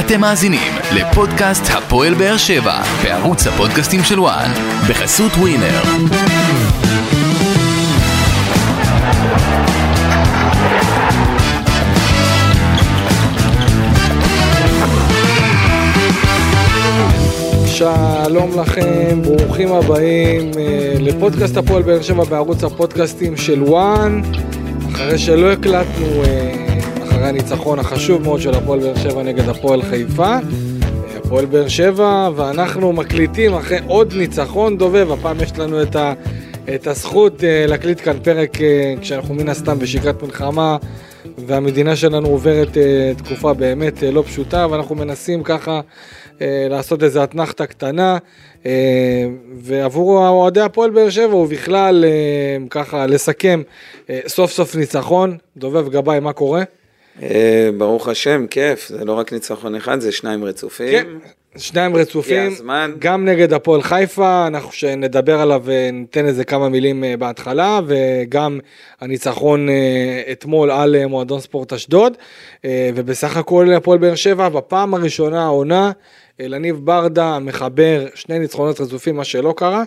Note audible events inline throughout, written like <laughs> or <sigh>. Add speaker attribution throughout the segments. Speaker 1: אתם מאזינים לפודקאסט הפועל באר שבע בערוץ הפודקאסטים של וואן בחסות ווינר.
Speaker 2: שלום לכם, ברוכים הבאים אה, לפודקאסט הפועל באר שבע בערוץ הפודקאסטים של וואן. אחרי שלא הקלטנו אה, אחרי הניצחון החשוב מאוד של הפועל באר שבע נגד הפועל חיפה. אה, הפועל באר שבע ואנחנו מקליטים אחרי עוד ניצחון דובב, הפעם יש לנו את, ה, את הזכות אה, להקליט כאן פרק אה, כשאנחנו מן הסתם בשגרת מלחמה. והמדינה שלנו עוברת אה, תקופה באמת אה, לא פשוטה, ואנחנו מנסים ככה אה, לעשות איזו אתנחתה קטנה, אה, ועבור אוהדי הפועל באר שבע, ובכלל אה, ככה לסכם אה, סוף סוף ניצחון, דובב גבאי, מה קורה?
Speaker 3: אה, ברוך השם, כיף, זה לא רק ניצחון אחד, זה שניים רצופים.
Speaker 2: כן. שניים רצופים,
Speaker 3: הגיע הזמן.
Speaker 2: גם נגד הפועל חיפה, אנחנו שנדבר עליו וניתן איזה כמה מילים אה, בהתחלה, וגם הניצחון אה, אתמול על אה, מועדון ספורט אשדוד, אה, ובסך הכל הפועל באר שבע, בפעם הראשונה העונה, אה, לניב ברדה מחבר שני ניצחונות רצופים, מה שלא קרה,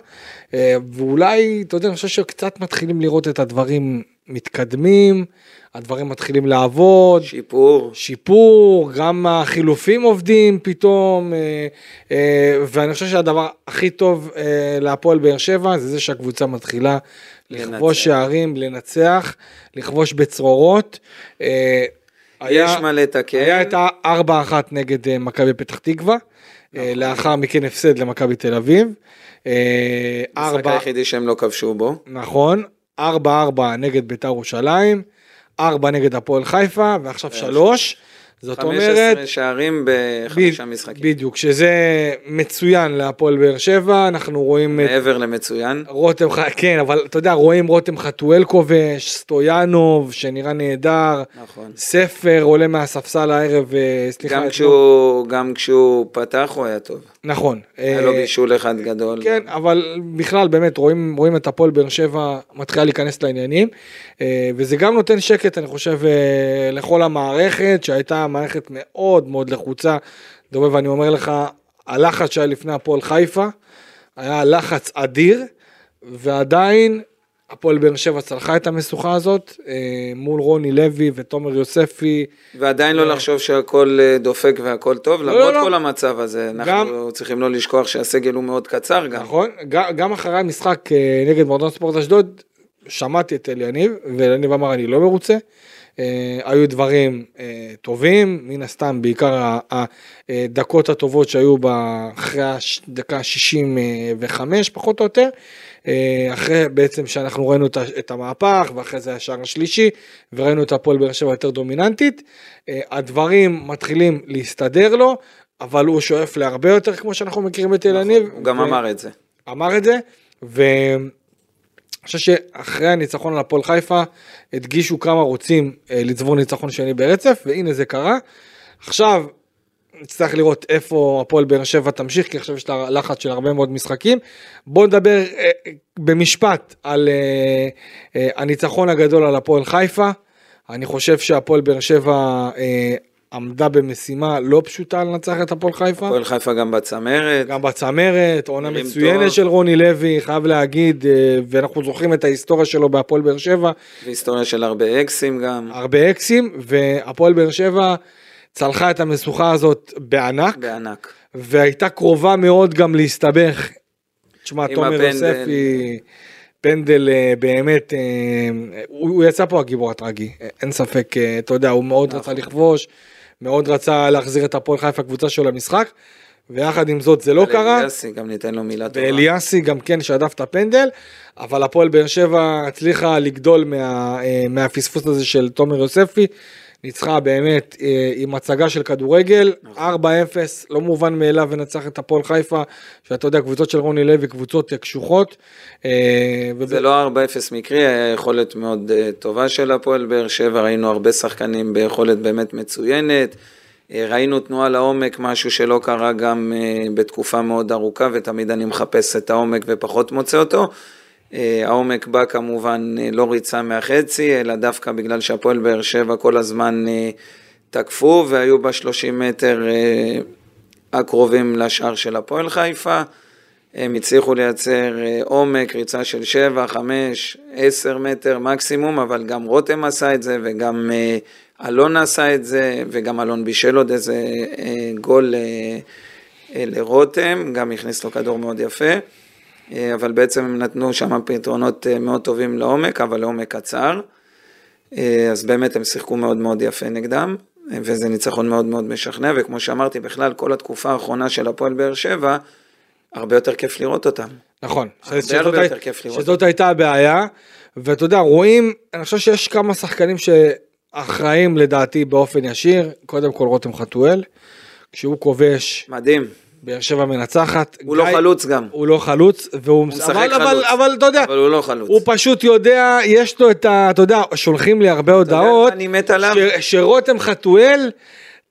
Speaker 2: אה, ואולי, אתה יודע, אני חושב שקצת מתחילים לראות את הדברים מתקדמים, הדברים מתחילים לעבוד.
Speaker 3: שיפור.
Speaker 2: שיפור, גם החילופים עובדים פתאום, אה, אה, ואני חושב שהדבר הכי טוב אה, להפועל באר שבע זה זה שהקבוצה מתחילה לכבוש
Speaker 3: לנצח.
Speaker 2: שערים, לנצח, לכבוש בצרורות. אה,
Speaker 3: יש כן.
Speaker 2: היה-
Speaker 3: מה
Speaker 2: היה
Speaker 3: לתקן.
Speaker 2: את ה-4-1 נגד אה, מכבי פתח תקווה, אה,
Speaker 3: נכון.
Speaker 2: לאחר מכן הפסד למכבי תל אביב. אה,
Speaker 3: המשחק
Speaker 2: ארבע-
Speaker 3: היחידי שהם לא כבשו בו.
Speaker 2: נכון, 4-4 נגד ביתר ירושלים, 4 נגד הפועל חיפה, ועכשיו
Speaker 3: אה,
Speaker 2: 3. זאת
Speaker 3: 15
Speaker 2: אומרת,
Speaker 3: שערים
Speaker 2: ב-
Speaker 3: בחמישה משחקים.
Speaker 2: בדיוק, שזה מצוין להפועל באר שבע, אנחנו רואים את
Speaker 3: מעבר למצוין.
Speaker 2: רותם, ח- כן, אבל אתה יודע, רואים רותם חתואל כובש, סטויאנוב, שנראה נהדר,
Speaker 3: נכון.
Speaker 2: ספר עולה מהספסל הערב, אה, סליחה,
Speaker 3: גם
Speaker 2: אתמול.
Speaker 3: כשהוא- גם כשהוא פתח הוא היה טוב.
Speaker 2: נכון.
Speaker 3: היה לא
Speaker 2: אה,
Speaker 3: לו בישול אחד גדול.
Speaker 2: כן, אבל בכלל באמת רואים, רואים את הפועל באר שבע מתחילה להיכנס לעניינים, אה, וזה גם נותן שקט אני חושב אה, לכל המערכת שהייתה מערכת מאוד מאוד לחוצה. דובב, אני אומר לך, הלחץ שהיה לפני הפועל חיפה, היה לחץ אדיר, ועדיין הפועל באר שבע צלחה את המשוכה הזאת אה, מול רוני לוי ותומר יוספי.
Speaker 3: ועדיין לא לחשוב שהכל אה, דופק והכל טוב,
Speaker 2: לא,
Speaker 3: למרות
Speaker 2: לא.
Speaker 3: כל המצב הזה. אנחנו צריכים לא לשכוח שהסגל הוא מאוד קצר גם.
Speaker 2: נכון, ג- גם אחרי המשחק אה, נגד מועדון ספורט אשדוד, שמעתי את אליניב, ואליניב אמר אני לא מרוצה. אה, היו דברים אה, טובים, מן הסתם בעיקר הדקות הטובות שהיו ב- אחרי הדקה 65 אה, פחות או יותר, אה, אחרי בעצם שאנחנו ראינו את ה- את המהפך ואחרי זה השער השלישי וראינו את הפועל באר שבע יותר דומיננטית, אה, הדברים מתחילים להסתדר לו, אבל הוא שואף להרבה יותר כמו שאנחנו מכירים את
Speaker 3: נכון,
Speaker 2: אליניב.
Speaker 3: הוא גם
Speaker 2: ו-
Speaker 3: אמר את זה.
Speaker 2: אמר את זה, ואני חושב שאחרי הניצחון על הפועל חיפה, הדגישו כמה רוצים אה, לצבור ניצחון שני ברצף, והנה זה קרה. עכשיו, נצטרך לראות איפה הפועל באר שבע תמשיך, כי עכשיו יש לה לחץ של הרבה מאוד משחקים. בואו נדבר אה, במשפט על אה, אה, הניצחון הגדול על הפועל חיפה. אני חושב שהפועל באר שבע אה, עמדה במשימה לא פשוטה לנצח את הפועל חיפה.
Speaker 3: הפועל חיפה גם בצמרת.
Speaker 2: גם בצמרת, עונה
Speaker 3: נראים
Speaker 2: מצוינת
Speaker 3: טוב.
Speaker 2: של רוני לוי, חייב להגיד, אה, ואנחנו זוכרים את ההיסטוריה שלו בהפועל באר שבע,
Speaker 3: והיסטוריה של הרבה אקסים גם,
Speaker 2: הרבה אקסים, והפועל באר שבע צלחה את המשוכה הזאת בענק,
Speaker 3: בענק.
Speaker 2: והייתה קרובה מאוד גם להסתבך. תשמע,
Speaker 3: עם
Speaker 2: תומר
Speaker 3: הפנדל.
Speaker 2: יוספי, פנדל אה, באמת, אה, הוא הוא יצא פה הגיבור הטרגי, אה, אין ספק, אה, אתה יודע, הוא מאוד רצה
Speaker 3: נכון.
Speaker 2: לכבוש, מאוד רצה להחזיר את הפועל חיפה, הקבוצה שלו למשחק, ויחד עם זאת זה לא קרה.
Speaker 3: לאליאסי, גם ניתן לו מילה טובה.
Speaker 2: ואליאסי גם כן שדף את הפנדל, אבל הפועל באר שבע הצליחה לגדול מה, אה, מהפספוס הזה של תומר יוספי, ניצחה באמת אה, עם הצגה של כדורגל,
Speaker 3: נכון.
Speaker 2: 4-0, לא מובן מאליו לנצח את הפועל חיפה, שאתה יודע, קבוצות של רוני לוי, קבוצות אה, קשוחות. אה, וב-
Speaker 3: זה לא 4-0 מקרי, היה יכולת מאוד אה, טובה של הפועל באר שבע, ראינו הרבה שחקנים ביכולת באמת מצוינת. אה, ראינו תנועה לעומק, משהו שלא קרה גם אה, בתקופה מאוד ארוכה, ותמיד אני מחפש את העומק ופחות מוצא אותו. אה, העומק בא כמובן אה, לא ריצה מהחצי, אלא דווקא בגלל שהפועל באר שבע כל הזמן אה, תקפו והיו ב-30 מטר אה, הקרובים לשער של הפועל חיפה. הם הצליחו לייצר אה, עומק, ריצה של 7, 5, 10 מטר מקסימום, אבל גם רותם עשה את זה וגם אה, אלון עשה את זה, וגם אלון בישל עוד איזה אה, גול אה, אה, לרותם, גם הכניס לו כדור מאוד יפה. אה, אבל בעצם הם נתנו שם פתרונות אה, מאוד טובים לעומק, אבל לעומק קצר. אה, אז באמת הם שיחקו מאוד מאוד יפה נגדם, אה, וזה ניצחון מאוד מאוד משכנע, וכמו שאמרתי, בכלל כל התקופה האחרונה של הפועל באר שבע, הרבה יותר כיף לראות אותם.
Speaker 2: נכון,
Speaker 3: הרבה
Speaker 2: שזאת
Speaker 3: הרבה
Speaker 2: הי-
Speaker 3: יותר כיף לראות.
Speaker 2: שזאת הייתה הבעיה, ואתה יודע, רואים, אני חושב שיש כמה שחקנים שאחראים לדעתי באופן ישיר, קודם כל רותם חתואל, כשהוא כובש,
Speaker 3: מדהים,
Speaker 2: באר שבע מנצחת.
Speaker 3: הוא לא
Speaker 2: גיא-
Speaker 3: חלוץ גם.
Speaker 2: הוא לא חלוץ, והוא
Speaker 3: הוא משחק
Speaker 2: אבל- אבל-
Speaker 3: חלוץ.
Speaker 2: אבל אתה יודע,
Speaker 3: אבל הוא לא חלוץ.
Speaker 2: הוא פשוט יודע, יש לו את ה... אתה יודע, שולחים לי הרבה
Speaker 3: יודע
Speaker 2: הודעות,
Speaker 3: מה אני מת עליו?
Speaker 2: ש- שרותם חתואל,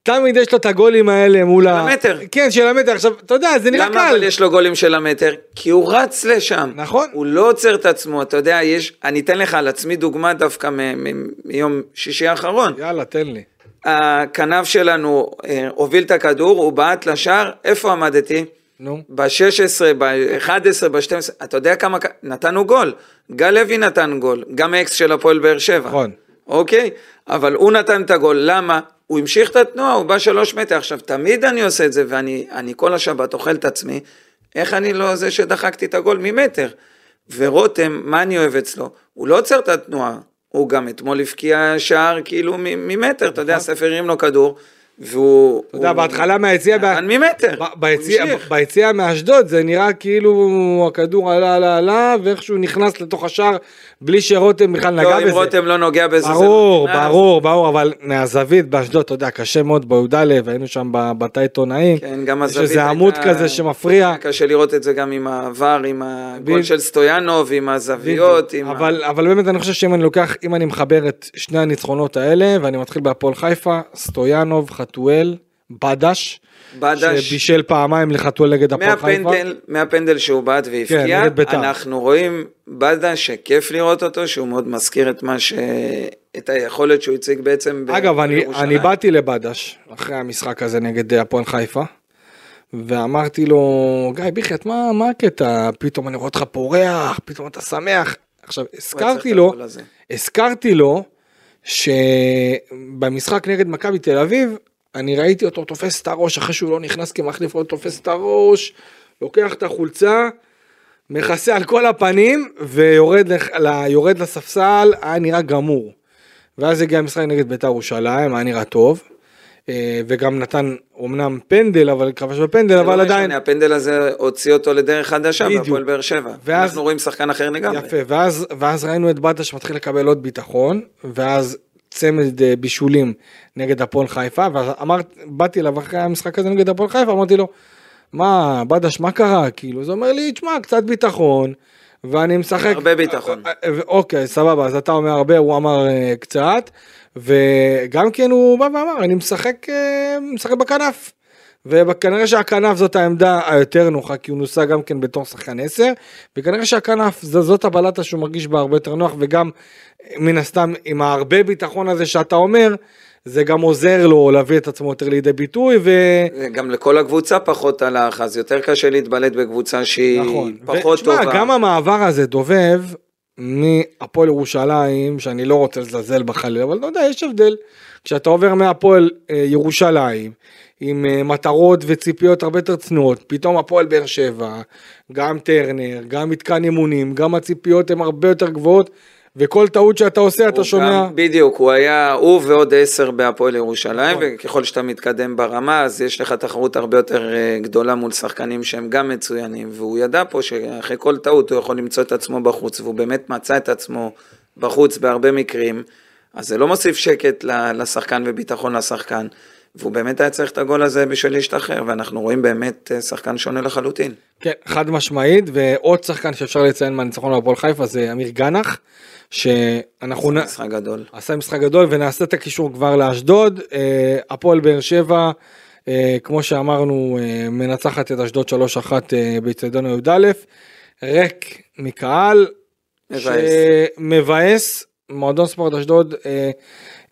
Speaker 2: תמיד יש לו את הגולים האלה מול ה...
Speaker 3: המטר.
Speaker 2: כן, של המטר. עכשיו, אתה יודע, זה נראה
Speaker 3: למה אבל
Speaker 2: קל.
Speaker 3: יש לו גולים של המטר? כי הוא רץ לשם.
Speaker 2: נכון.
Speaker 3: הוא לא עוצר את עצמו, אתה יודע, יש... אני אתן לך על עצמי דוגמה דווקא מ- מ- מיום שישי האחרון.
Speaker 2: יאללה, תן לי.
Speaker 3: הכנף שלנו אה, הוביל את הכדור, הוא בעט לשער, איפה עמדתי?
Speaker 2: נו.
Speaker 3: ב-16, ב-11, ב-12, אתה יודע כמה, כ- נתנו גול, גל לוי נתן גול, גם אקס של הפועל באר שבע.
Speaker 2: נכון.
Speaker 3: אוקיי? אבל הוא נתן את הגול, למה? הוא המשיך את התנועה, הוא בא שלוש מטר. עכשיו, תמיד אני עושה את זה, ואני אני כל השבת אוכל את עצמי, איך אני לא זה שדחקתי את הגול ממטר? ורותם, מה אני אוהב אצלו? הוא לא עוצר את התנועה, הוא גם אתמול הבקיע שער כאילו מ- ממטר, אתה יודע, ספר הרים לו כדור, והוא...
Speaker 2: נכון. אתה יודע,
Speaker 3: הוא-
Speaker 2: בהתחלה מהיציע... ב-
Speaker 3: נתן ממטר,
Speaker 2: ב-
Speaker 3: הוא
Speaker 2: ביציע-
Speaker 3: המשיך.
Speaker 2: ביציע מאשדוד זה נראה כאילו הכדור עלה עלה עלה ואיכשהו נכנס לתוך השער בלי שרותם בכלל נגע
Speaker 3: לא,
Speaker 2: בזה.
Speaker 3: אם רותם לא נוגע בזה, זה לא
Speaker 2: ברור,
Speaker 3: נכנס.
Speaker 2: ברור, ברור, אבל מהזווית באשדוד, אתה יודע, קשה מאוד בי"א, היינו שם ב- בתא עיתונאים.
Speaker 3: כן, גם
Speaker 2: יש
Speaker 3: הזווית
Speaker 2: איזה עמוד כזה שמפריע.
Speaker 3: קשה לראות את זה גם עם העבר, עם הגול
Speaker 2: בדיוק.
Speaker 3: של סטויאנוב, עם הזוויות, עם... ה-
Speaker 2: אבל, אבל באמת אני חושב שאם אני לוקח, אם אני מחבר את שני הניצחונות האלה, ואני מתחיל בהפועל חיפה, סטויאנוב, חתואל, בדש,
Speaker 3: בדש.
Speaker 2: שבישל פעמיים לחתואל נגד הפועל חיפה. כן,
Speaker 3: מהפנדל, מהפנדל שהוא בעט והבקיע,
Speaker 2: נגד בית"ר.
Speaker 3: אנחנו רואים בדה שכיף לראות אותו, שהוא מאוד מזכיר את מה ש... את היכולת שהוא הציג בעצם ב-
Speaker 2: אגב, אני,
Speaker 3: בירושלים.
Speaker 2: אני באתי לבדש, אחרי המשחק הזה נגד אה, הפועל חיפה, ואמרתי לו, גיא ביחט, מה, מה הקטע? פתאום אני רואה אותך פורח, פתאום אתה שמח. עכשיו,
Speaker 3: הוא היה צריך
Speaker 2: הזכרתי
Speaker 3: את
Speaker 2: לו,
Speaker 3: הגול הזה.
Speaker 2: הזכרתי לו שבמשחק נגד מכבי תל אביב, אני ראיתי אותו תופס את הראש, אחרי שהוא לא נכנס כמחליף, הוא תופס את הראש, לוקח את החולצה, מכסה על כל הפנים, ויורד לח- ל- יורד לספסל, היה נראה גמור. ואז הגיע המשחק נגד בית"ר ירושלים, היה נראה טוב. אה, וגם נתן אמנם פנדל, אבל כבש בפנדל,
Speaker 3: זה לא
Speaker 2: אבל עדיין...
Speaker 3: משנה, הפנדל הזה הוציא אותו לדרך חדשה
Speaker 2: בדיוק.
Speaker 3: בהפועל באר שבע.
Speaker 2: ואז-
Speaker 3: אנחנו רואים שחקן אחר לגמרי.
Speaker 2: יפה, ואז, ואז ראינו את בדש מתחיל לקבל עוד ביטחון, ואז צמד אה, בישולים נגד הפועל חיפה, ואז אמרתי, באתי אליו אחרי המשחק הזה נגד הפועל חיפה, אמרתי לו, מה, בדש, מה קרה? כאילו, אז הוא אומר לי, תשמע, קצת ביטחון, ואני משחק...
Speaker 3: הרבה ביטחון.
Speaker 2: אה, אה, אוקיי, סבבה, אז אתה אומר הרבה, הוא אמר אה, קצת, וגם כן הוא בא ואמר, אני משחק, אה, משחק בכנף. וכנראה שהכנף זאת העמדה היותר נוחה, כי הוא נוסע גם כן בתור שחקן 10, וכנראה שהכנף ז- זאת הבלטה שהוא מרגיש בה הרבה יותר נוח, וגם מן הסתם עם ההרבה ביטחון הזה שאתה אומר, זה גם עוזר לו להביא את עצמו יותר לידי ביטוי, ו...
Speaker 3: גם לכל הקבוצה פחות הלך, אז יותר קשה להתבלט בקבוצה שהיא
Speaker 2: נכון.
Speaker 3: פחות אה.
Speaker 2: ותשמע,
Speaker 3: טובה.
Speaker 2: גם המעבר הזה דובב מהפועל ירושלים, שאני לא רוצה לזלזל בחליל, אבל לא יודע, יש הבדל. כשאתה עובר מהפועל אה, ירושלים, עם אה, מטרות וציפיות הרבה יותר צנועות, פתאום הפועל באר שבע, גם טרנר, גם מתקן אימונים, גם הציפיות הן הרבה יותר גבוהות, וכל טעות שאתה עושה, אתה
Speaker 3: הוא
Speaker 2: שומע...
Speaker 3: גם- בדיוק, הוא היה, הוא ועוד עשר בהפועל ירושלים,
Speaker 2: נכון.
Speaker 3: וככל שאתה מתקדם ברמה, אז יש לך תחרות הרבה יותר אה, גדולה מול שחקנים שהם גם מצוינים, והוא ידע פה שאחרי כל טעות הוא יכול למצוא את עצמו בחוץ, והוא באמת מצא את עצמו בחוץ בהרבה מקרים, אז זה לא מוסיף שקט ל- לשחקן וביטחון לשחקן. והוא באמת היה צריך את הגול הזה בשביל להשתחרר, ואנחנו רואים באמת אה, שחקן שונה לחלוטין.
Speaker 2: כן, חד משמעית, ועוד שחקן שאפשר לציין מהניצחון על הפועל חיפה זה אמיר גנח, שאנחנו... נ-
Speaker 3: משחק גדול.
Speaker 2: עשה משחק גדול ונעשה את הקישור כבר לאשדוד. אה, הפועל באר שבע, אה, כמו שאמרנו, אה, מנצחת את אשדוד 3-1 אה, באצטדיון י"א. ריק מקהל
Speaker 3: מבאס.
Speaker 2: שמבאס מועדון ספורט אשדוד אה,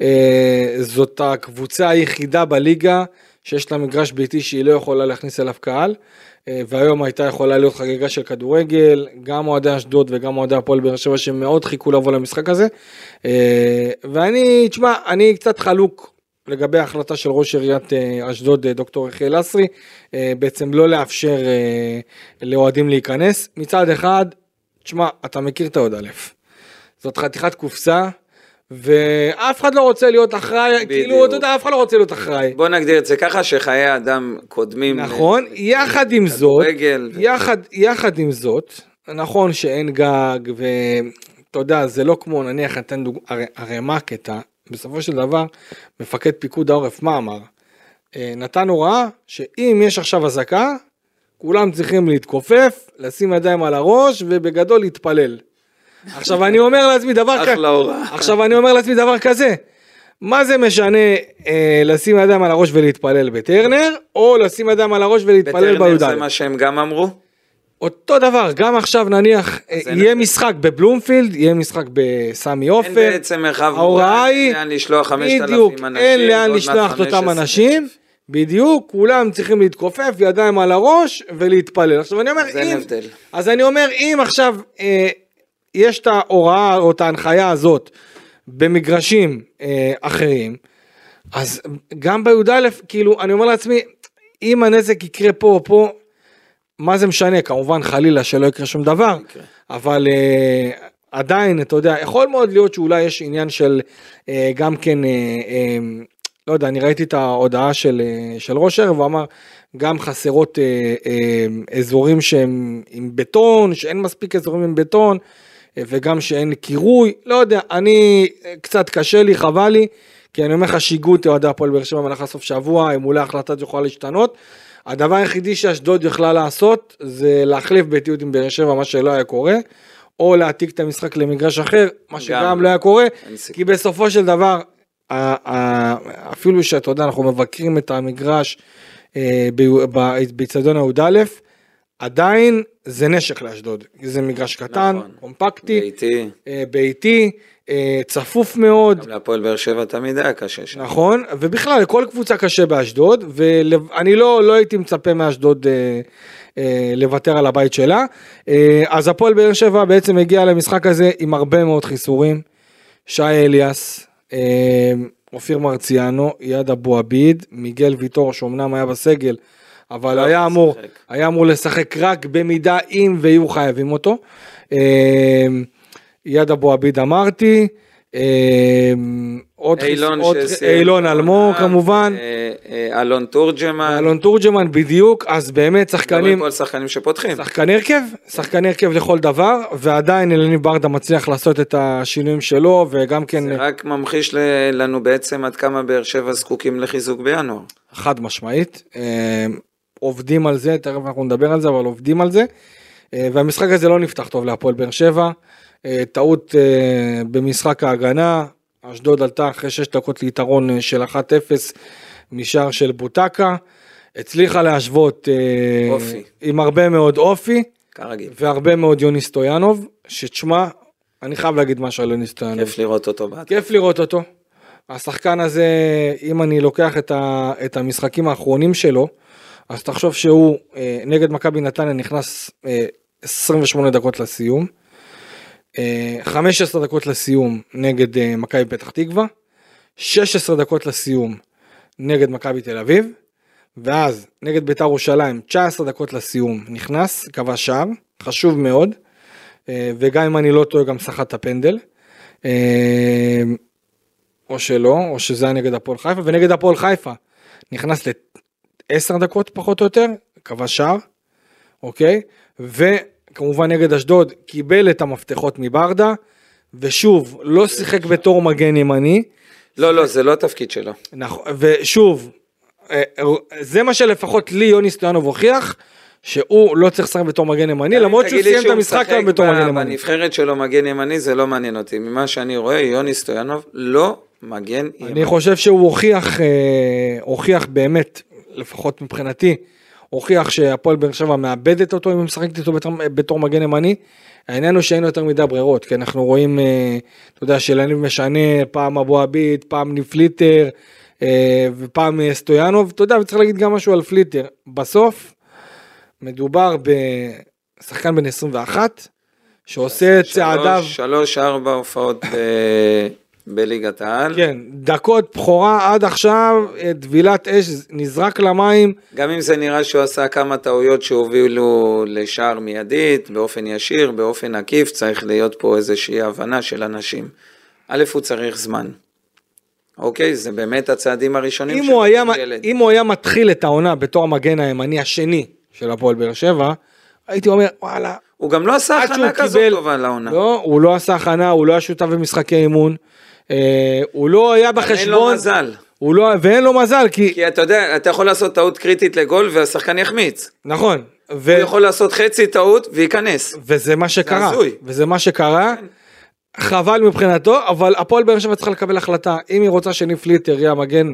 Speaker 2: אה, זאת הקבוצה היחידה בליגה שיש לה מגרש ביתי שהיא לא יכולה להכניס אליו קהל. אה, והיום הייתה יכולה להיות חגיגה של כדורגל, גם אוהדי אשדוד וגם אוהדי הפועל באר שבע שמאוד חיכו לבוא למשחק הזה. אה, ואני, תשמע, אני קצת חלוק לגבי ההחלטה של ראש עיריית אה, אשדוד, אה, דוקטור יחיאל לסרי, אה, בעצם לא לאפשר אה, לאוהדים להיכנס. מצד אחד, תשמע, אתה מכיר את העוד א'. זאת חתיכת קופסה, ואף אחד לא רוצה להיות אחראי,
Speaker 3: בדיוק.
Speaker 2: כאילו, אתה יודע, אף אחד לא רוצה להיות אחראי.
Speaker 3: בוא נגדיר את זה ככה שחיי אדם קודמים.
Speaker 2: נכון, יחד עם זאת,
Speaker 3: אה, כדורגל.
Speaker 2: יחד, יחד עם זאת, נכון שאין גג, ואתה יודע, זה לא כמו, נניח, נתן דוגמא, הרי, הרי מה הקטע? בסופו של דבר, מפקד פיקוד העורף, מה אמר? אה, נתן הוראה שאם יש עכשיו אזעקה, כולם צריכים להתכופף, לשים ידיים על הראש, ובגדול להתפלל. עכשיו אני אומר לעצמי דבר כזה,
Speaker 3: אחלה הוראה.
Speaker 2: עכשיו אני אומר לעצמי דבר כזה, מה זה משנה אה, לשים ידיים על הראש ולהתפלל בטרנר, או לשים ידיים על הראש ולהתפלל
Speaker 3: אה, בטרנר
Speaker 2: בי"א?
Speaker 3: זה מה שהם גם אמרו?
Speaker 2: אותו דבר, גם עכשיו נניח, אה,
Speaker 3: זה
Speaker 2: יהיה
Speaker 3: נ-
Speaker 2: משחק בבלומפילד, יהיה משחק בסמי עופר.
Speaker 3: אין בעצם מרחב מוגן,
Speaker 2: ההוראה
Speaker 3: אין
Speaker 2: היא,
Speaker 3: לאן לשלוח 5,000
Speaker 2: בדיוק,
Speaker 3: אנשים,
Speaker 2: אין לאן
Speaker 3: ועוד
Speaker 2: לשלוח
Speaker 3: מעט
Speaker 2: את אותם
Speaker 3: 15,000.
Speaker 2: אנשים, בדיוק, כולם צריכים להתכופף, ידיים על הראש ולהתפלל. עכשיו אני אומר,
Speaker 3: אז אין
Speaker 2: אם,
Speaker 3: הבדל.
Speaker 2: אז אני אומר, אם עכשיו אה, יש את ההוראה או את ההנחיה הזאת במגרשים אה, אחרים, אז גם בי"א, כאילו, אני אומר לעצמי, אם הנזק יקרה פה או פה, מה זה משנה? כמובן, חלילה שלא יקרה שום דבר, אבל אה, עדיין, אתה יודע, יכול מאוד להיות שאולי יש עניין של אה, גם כן, אה, אה, לא יודע, אני ראיתי את ההודעה של, אה, של ראש הערב, הוא אמר, גם חסרות אה, אה, אזורים שהם עם בטון, שאין מספיק אזורים עם בטון, אה, וגם שאין קירוי, לא יודע, אני, אה, קצת קשה לי, חבל לי, כי אני אומר לך, שיגעו את אוהדי הפועל באר שבע במהלך הסוף שבוע, אם אולי ההחלטה הזו יכולה להשתנות. הדבר היחידי שאשדוד יכלה לעשות, זה להחליף ביתיות עם באר שבע, מה שלא היה קורה, או להעתיק את המשחק למגרש אחר, מה שגם
Speaker 3: גם.
Speaker 2: לא היה קורה,
Speaker 3: אין סיכוי.
Speaker 2: כי בסופו של דבר, ה- ה- אפילו שאתה יודע, אנחנו מבקרים את המגרש אה, ב- ב- באיצטדיון י"א, עדיין זה נשך לאשדוד, זה מגרש קטן,
Speaker 3: נכון.
Speaker 2: קומפקטי,
Speaker 3: ביתי.
Speaker 2: אה, ביתי, אה, צפוף מאוד,
Speaker 3: גם להפועל באר שבע תמיד היה קשה שם.
Speaker 2: נכון, ובכלל לכל קבוצה קשה באשדוד, ואני לא, לא הייתי מצפה מאשדוד אה, אה, לוותר על הבית שלה. אה, אז הפועל באר שבע בעצם הגיע למשחק הזה עם הרבה מאוד חיסורים. שי אליאס, אה, אופיר מרציאנו, יד אבו עביד, מיגל ויטור שאומנם היה בסגל, אבל
Speaker 3: לא
Speaker 2: היה
Speaker 3: יכול
Speaker 2: אמור,
Speaker 3: לשחק.
Speaker 2: היה אמור לשחק רק במידה אם ויהיו חייבים אותו. אה, יד אבו עביד אמרתי. אה, עוד
Speaker 3: אילון
Speaker 2: חיס- עוד-
Speaker 3: שסיים.
Speaker 2: אילון אלמוג כמובן,
Speaker 3: אה, אה, אלון תורג'מן.
Speaker 2: אלון תורג'מן בדיוק, אז באמת
Speaker 3: מדברים
Speaker 2: שחקנים,
Speaker 3: פה על שחקנים שפותחים.
Speaker 2: שחקן הרכב, שחקן הרכב לכל דבר, ועדיין אלני ברדה מצליח לעשות את השינויים שלו, וגם כן
Speaker 3: זה רק ממחיש ל- לנו בעצם עד כמה באר שבע זקוקים לחיזוק בינואר.
Speaker 2: חד משמעית, אה, עובדים על זה, תכף אנחנו נדבר על זה, אבל עובדים על זה, אה, והמשחק הזה לא נפתח טוב להפועל באר שבע, אה, טעות אה, במשחק ההגנה, אשדוד עלתה אחרי 6 דקות ליתרון אה, של 1-0 משער של בוטקה, הצליחה להשוות אה,
Speaker 3: אופי.
Speaker 2: עם הרבה מאוד אופי.
Speaker 3: כרגיל.
Speaker 2: והרבה מאוד יוני סטויאנוב, שתשמע, אני חייב להגיד משהו על יוני סטויאנוב.
Speaker 3: כיף לראות אותו בעד.
Speaker 2: כיף לראות אותו. השחקן הזה, אם אני לוקח את, ה, את המשחקים האחרונים שלו, אז תחשוב שהוא אה, נגד מכבי נתניה נכנס אה, 28 דקות לסיום, אה, 15 דקות לסיום נגד אה, מכבי פתח תקווה, 16 דקות לסיום נגד מכבי תל אביב, ואז נגד בית"ר ירושלים 19 דקות לסיום נכנס, כבש שער, חשוב מאוד, אה, וגם אם אני לא טועה גם סחט את הפנדל. אה, או שלא, או שזה היה נגד הפועל חיפה, ונגד הפועל חיפה נכנס לעשר דקות פחות או יותר, כבש שער, אוקיי? וכמובן נגד אשדוד קיבל את המפתחות מברדה, ושוב, לא שיחק בתור מגן ימני,
Speaker 3: לא, לא, זה לא התפקיד שלו.
Speaker 2: נכון, ושוב, אה, זה מה שלפחות לי יוני סטויאנוב הוכיח, שהוא לא צריך לשחק בתור מגן ימני, למרות שהוא
Speaker 3: אה, תגיד לי
Speaker 2: סיים את
Speaker 3: שהוא
Speaker 2: המשחק
Speaker 3: משחק
Speaker 2: היום בתור
Speaker 3: ב-
Speaker 2: מגן ימני.
Speaker 3: בנבחרת שלו מגן ימני זה לא מעניין אותי. ממה שאני רואה, יוני סטויאנוב לא מגן ימני.
Speaker 2: אני חושב שהוא הוכיח, אה, הוכיח באמת, לפחות מבחינתי, הוכיח שהפועל באר שבע מאבדת אותו אם היא משחקת איתו בתור, אה, בתור מגן ימני. העניין הוא שאין לו יותר מדי ברירות, כי אנחנו רואים, אה, אתה יודע, שלניב משנה, פעם אבו עביד, פעם ניב פליטר, אה, ופעם אה, סטויאנוב, אתה יודע, וצריך להגיד גם משהו על פליטר. בסוף, מדובר בשחקן בן 21, שעושה את צעדיו,
Speaker 3: שלוש, ארבע הופעות ב...
Speaker 2: <laughs>
Speaker 3: בליגת העל.
Speaker 2: כן, דקות בכורה עד עכשיו, אה, טבילת אש, נזרק למים,
Speaker 3: גם אם זה נראה שהוא עשה כמה טעויות שהובילו לשער מיידית, באופן ישיר, באופן עקיף, צריך להיות פה איזושהי הבנה של אנשים. א', הוא צריך זמן. אוקיי, זה באמת הצעדים הראשונים
Speaker 2: אם
Speaker 3: של
Speaker 2: הוא, היה,
Speaker 3: ילד.
Speaker 2: אם הוא היה מתחיל את העונה בתור המגן הימני השני של הפועל באר שבע, הייתי אומר, וואלה,
Speaker 3: הוא גם לא עשה
Speaker 2: עד שהוא
Speaker 3: הכנה כזאת
Speaker 2: קיבל-
Speaker 3: טובה לעונה.
Speaker 2: לא, הוא לא עשה הכנה, הוא לא היה שותף במשחקי אימון, אה, הוא לא היה
Speaker 3: אבל
Speaker 2: בחשבון,
Speaker 3: אין לו מזל.
Speaker 2: הוא לא, ואין לו מזל, כי,
Speaker 3: כי אתה יודע, אתה יכול לעשות טעות קריטית לגול והשחקן יחמיץ.
Speaker 2: נכון, ו,
Speaker 3: הוא יכול לעשות חצי טעות וייכנס.
Speaker 2: וזה מה שקרה,
Speaker 3: הזוי.
Speaker 2: וזה מה שקרה, חבל מבחינתו, אבל הפועל באר שבע צריכה לקבל החלטה, אם היא רוצה שניב פליטר יהיה המגן